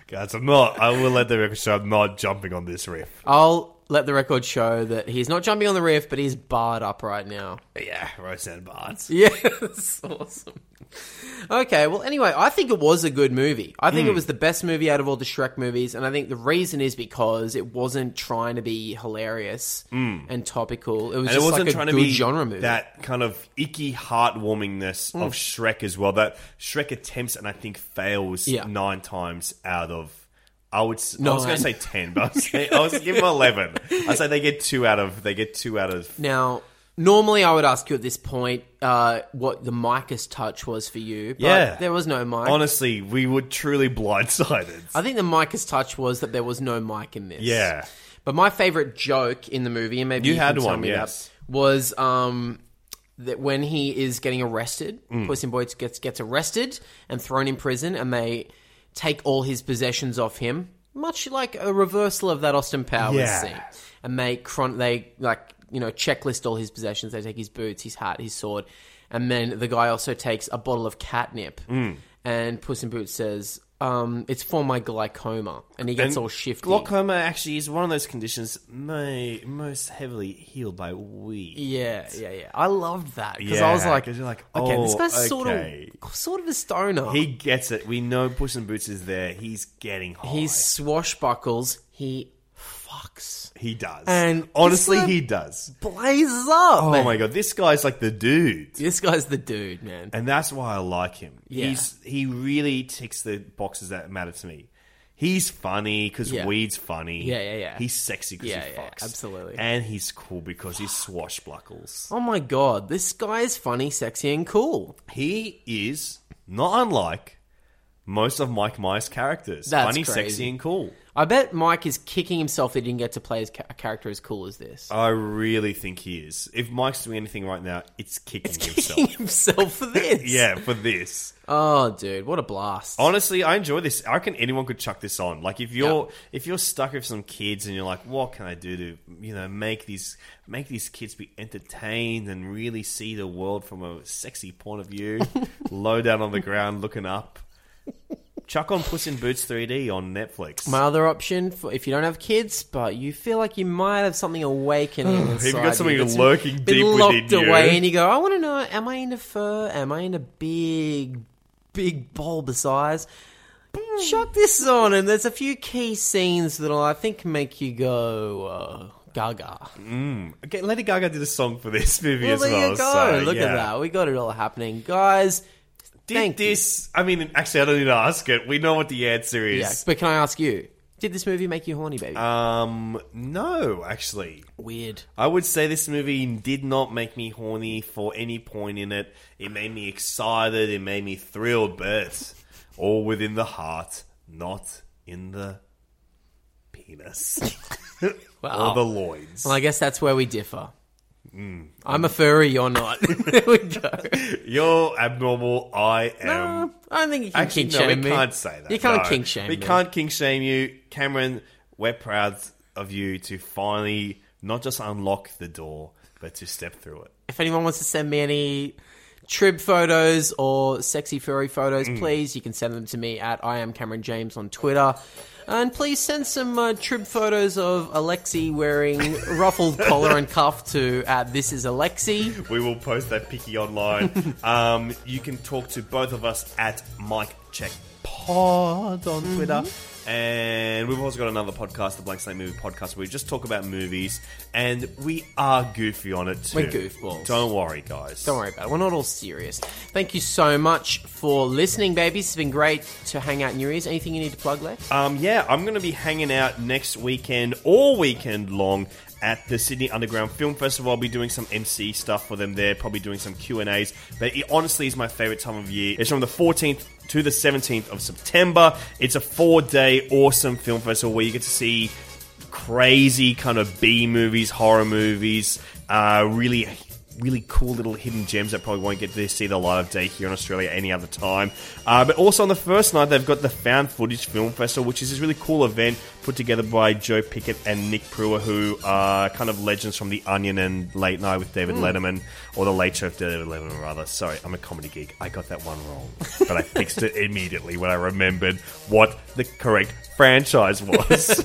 Speaker 2: Guys, I'm not. I will let the record show. I'm not jumping on this riff.
Speaker 1: I'll let the record show that he's not jumping on the riff, but he's barred up right now.
Speaker 2: Yeah, Roseanne Barnes.
Speaker 1: Yeah, that's awesome. Okay, well, anyway, I think it was a good movie. I think it
Speaker 2: Mm.
Speaker 1: was the best movie out of all the Shrek movies, and I think the reason is because it wasn't trying to be hilarious
Speaker 2: Mm.
Speaker 1: and topical. It was
Speaker 2: and it
Speaker 1: just
Speaker 2: wasn't
Speaker 1: like a
Speaker 2: trying
Speaker 1: good
Speaker 2: to be
Speaker 1: genre movie. Hmm.
Speaker 2: that kind of icky heartwarmingness of Shrek as well. That Shrek attempts and I think fails
Speaker 1: Yeah.
Speaker 2: nine times out of. I would. s I was
Speaker 1: Nine.
Speaker 2: going to say ten, but I was, say, I was give them eleven. I say they get two out of. They get two out of.
Speaker 1: Now, normally I would ask you at this point uh, what the Micah's touch was for you, but
Speaker 2: Yeah.
Speaker 1: there was no mic.
Speaker 2: Honestly, we were truly blindsided.
Speaker 1: I think the Micah's touch was that there was no mic in this.
Speaker 2: Yeah.
Speaker 1: But my favorite joke in the movie, and maybe
Speaker 2: You
Speaker 1: you,
Speaker 2: had
Speaker 1: can tell
Speaker 2: one,
Speaker 1: me
Speaker 2: yes.
Speaker 1: that, was um, that when he is getting arrested,
Speaker 2: Mm.
Speaker 1: Puss in Boots gets gets arrested and thrown in prison, and they take all his possessions off him, much like a reversal of that Austin Powers
Speaker 2: Yeah.
Speaker 1: scene. And they cron- they like you know checklist all his possessions. They take his boots, his hat, his sword, and then the guy also takes a bottle of catnip.
Speaker 2: Mm.
Speaker 1: And Puss in Boots says. Um, it's for my glycoma, and he gets
Speaker 2: And
Speaker 1: all shifty.
Speaker 2: Glaucoma actually is one of those conditions may, most heavily healed by weed.
Speaker 1: Yeah, yeah, yeah. I loved that because I was
Speaker 2: Yeah,
Speaker 1: like,
Speaker 2: 'cause you're like,
Speaker 1: okay, this
Speaker 2: oh,
Speaker 1: guy's sort
Speaker 2: okay.
Speaker 1: of sort of a stoner.
Speaker 2: He gets it. We know Puss in Boots is there. He's getting high.
Speaker 1: he swashbuckles. He fucks. fucks.
Speaker 2: He does.
Speaker 1: And
Speaker 2: honestly,
Speaker 1: this guy
Speaker 2: he does.
Speaker 1: blazes up.
Speaker 2: Oh
Speaker 1: man.
Speaker 2: my god, this guy's like the dude.
Speaker 1: This guy's the dude, man.
Speaker 2: And that's why I like him.
Speaker 1: Yeah.
Speaker 2: He's he really ticks the boxes that matter to me. He's funny because
Speaker 1: Yeah.
Speaker 2: weed's funny.
Speaker 1: Yeah, yeah, yeah.
Speaker 2: He's sexy because
Speaker 1: Yeah,
Speaker 2: he
Speaker 1: yeah,
Speaker 2: fucks.
Speaker 1: absolutely.
Speaker 2: And he's cool because he swashbuckles.
Speaker 1: Oh my god, this guy is funny, sexy, and cool.
Speaker 2: He is not unlike most of Mike Myers' characters.
Speaker 1: That's
Speaker 2: funny,
Speaker 1: crazy.
Speaker 2: sexy, and cool.
Speaker 1: I bet Mike is kicking himself that he didn't get to play his ca- a character as cool as this.
Speaker 2: I really think he is. If Mike's doing anything right now, it's kicking himself.
Speaker 1: himself for this.
Speaker 2: yeah, for this.
Speaker 1: Oh, dude, what a blast.
Speaker 2: Honestly, I enjoy this. I reckon anyone could chuck this on. Like if you're if you're stuck with some kids and you're like, what can I do to you know make these make these kids be entertained and really see the world from a sexy point of view, low down on the ground looking up. Chuck on Puss in Boots 3D on Netflix.
Speaker 1: My other option, for if you don't have kids, but you feel like you might have something awakening inside
Speaker 2: If you've got
Speaker 1: you
Speaker 2: something
Speaker 1: that's
Speaker 2: lurking
Speaker 1: been
Speaker 2: deep
Speaker 1: locked
Speaker 2: within you.
Speaker 1: away, and you go, "I want to know: Am I into fur? Am I into big, big bulbous eyes?" Chuck this on, and there's a few key scenes that'll, I think, make you go uh, gaga.
Speaker 2: Mm. Okay, Lady Gaga did a song for this movie
Speaker 1: Well,
Speaker 2: as
Speaker 1: there
Speaker 2: well.
Speaker 1: you go.
Speaker 2: so,
Speaker 1: Look at
Speaker 2: yeah.
Speaker 1: that. We got it all happening, guys.
Speaker 2: Did this? I mean, actually, I don't need to ask it. We know what the answer is.
Speaker 1: Yeah, but can I ask you? Did this movie make you horny, baby?
Speaker 2: Um, no, actually.
Speaker 1: Weird.
Speaker 2: I would say this movie did not make me horny for any point in it. It made me excited. It made me thrilled, but all within the heart, not in the penis or the loins.
Speaker 1: Well, I guess that's where we differ.
Speaker 2: Mm.
Speaker 1: I'm a furry, you're not. there we go.
Speaker 2: You're abnormal. I am.
Speaker 1: I don't think you can
Speaker 2: Actually,
Speaker 1: kink
Speaker 2: no,
Speaker 1: shame
Speaker 2: we
Speaker 1: me.
Speaker 2: can't say that.
Speaker 1: You can't
Speaker 2: No.
Speaker 1: kink shame
Speaker 2: We
Speaker 1: me.
Speaker 2: can't kink shame you, Cameron. We're proud of you to finally not just unlock the door, but to step through it.
Speaker 1: If anyone wants to send me any trib photos or sexy furry photos,
Speaker 2: Mm.
Speaker 1: please, you can send them to me at I am Cameron James on Twitter. And please send some uh, trib photos of Alexi wearing ruffled collar and cuff to at This Is Alexi.
Speaker 2: We will post that picky online. um, you can talk to both of us at Mike Check Pod on Twitter.
Speaker 1: Mm-hmm.
Speaker 2: And we've also got another podcast, the Blank Slate Movie Podcast, where we just talk about movies, and we are goofy on it too.
Speaker 1: We're goofballs.
Speaker 2: Don't worry, guys.
Speaker 1: Don't worry about it. We're not all serious. Thank you so much for listening, babies. It's been great to hang out in your ears. Anything you need to plug, Lex?
Speaker 2: Um, yeah, I'm going to be hanging out next weekend, all weekend long, at the Sydney Underground Film Festival. I'll be doing some MC stuff for them there, probably doing some Q and A's. But it honestly is my favorite time of year. It's from the 14th to the 17th of September. It's a four-day awesome film festival where you get to see crazy kind of B movies, horror movies, uh, really, really cool little hidden gems that probably won't get to see the light of day here in Australia any other time. Uh, but also on the first night, they've got the Found Footage Film Festival, which is this really cool event put together by Joe Pickett and Nick Brewer, who are kind of legends from The Onion and Late Night with David
Speaker 8: Hmm.
Speaker 2: Letterman, or The Late Show with David Letterman, rather. Sorry, I'm a comedy geek. I got that one wrong, but I fixed it immediately when I remembered what the correct franchise was.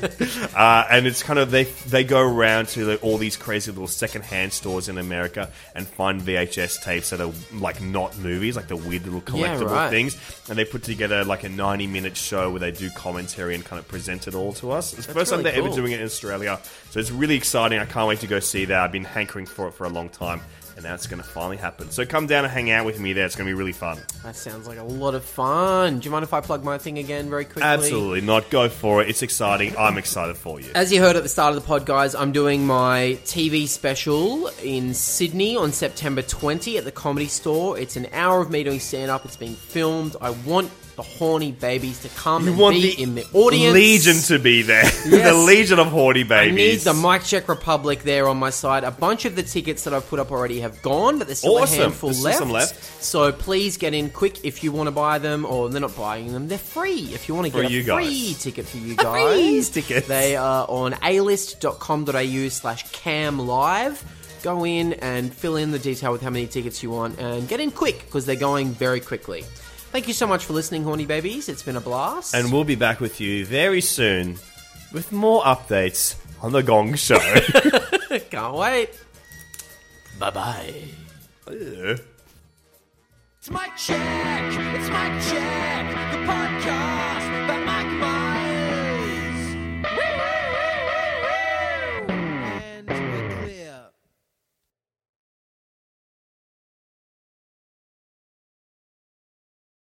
Speaker 2: uh, and it's kind of they they go around to the, all these crazy little secondhand stores in America and find VHS tapes that are like not movies, like the weird little
Speaker 8: Yeah,
Speaker 2: collectible
Speaker 8: right.
Speaker 2: things. And they put together like a ninety minute show where they do commentary and kind of present it all to us. It's the
Speaker 8: That's
Speaker 2: first
Speaker 8: really
Speaker 2: time they're
Speaker 8: cool.
Speaker 2: ever doing it in Australia, so it's really exciting. I can't wait to go see that. I've been hankering for it for a long time. And now it's going to finally happen. So come down and hang out with me there. It's going to be really fun.
Speaker 1: That sounds like a lot of fun. Do you mind if I plug my thing again very quickly?
Speaker 2: Absolutely not. Go for it. It's exciting. I'm excited for you.
Speaker 1: As you heard at the start of the pod, guys, I'm doing my TV special in Sydney on September 20 at the Comedy Store. It's an hour of me doing stand up. It's being filmed. I want the horny babies to come
Speaker 2: You
Speaker 1: and
Speaker 2: want
Speaker 1: be
Speaker 2: the
Speaker 1: in the audience.
Speaker 2: Legion to be there. the
Speaker 1: Yes.
Speaker 2: Legion of Horny
Speaker 1: I need
Speaker 2: Babies.
Speaker 1: the Mike Czech Republic there on my side. A bunch of the tickets that I've put up already have gone, but there's still
Speaker 2: Awesome.
Speaker 1: a handful
Speaker 2: There's still
Speaker 1: left.
Speaker 2: some
Speaker 1: So please get in quick if you want to buy them, or they're not buying them. They're free. If you want to
Speaker 2: For
Speaker 1: get
Speaker 2: you
Speaker 1: a
Speaker 2: guys.
Speaker 1: free ticket for you
Speaker 2: free
Speaker 1: guys, they are on alist.com.au slash cam live. Go in and fill in the detail with how many tickets you want and get in quick because they're going very quickly. Thank you so much for listening, horny babies. It's been a blast.
Speaker 2: and we'll be back with you very soon with more updates on The Gong Show.
Speaker 1: Can't wait. Bye bye.
Speaker 2: Ugh.
Speaker 3: It's my check. It's my check. The podcast about my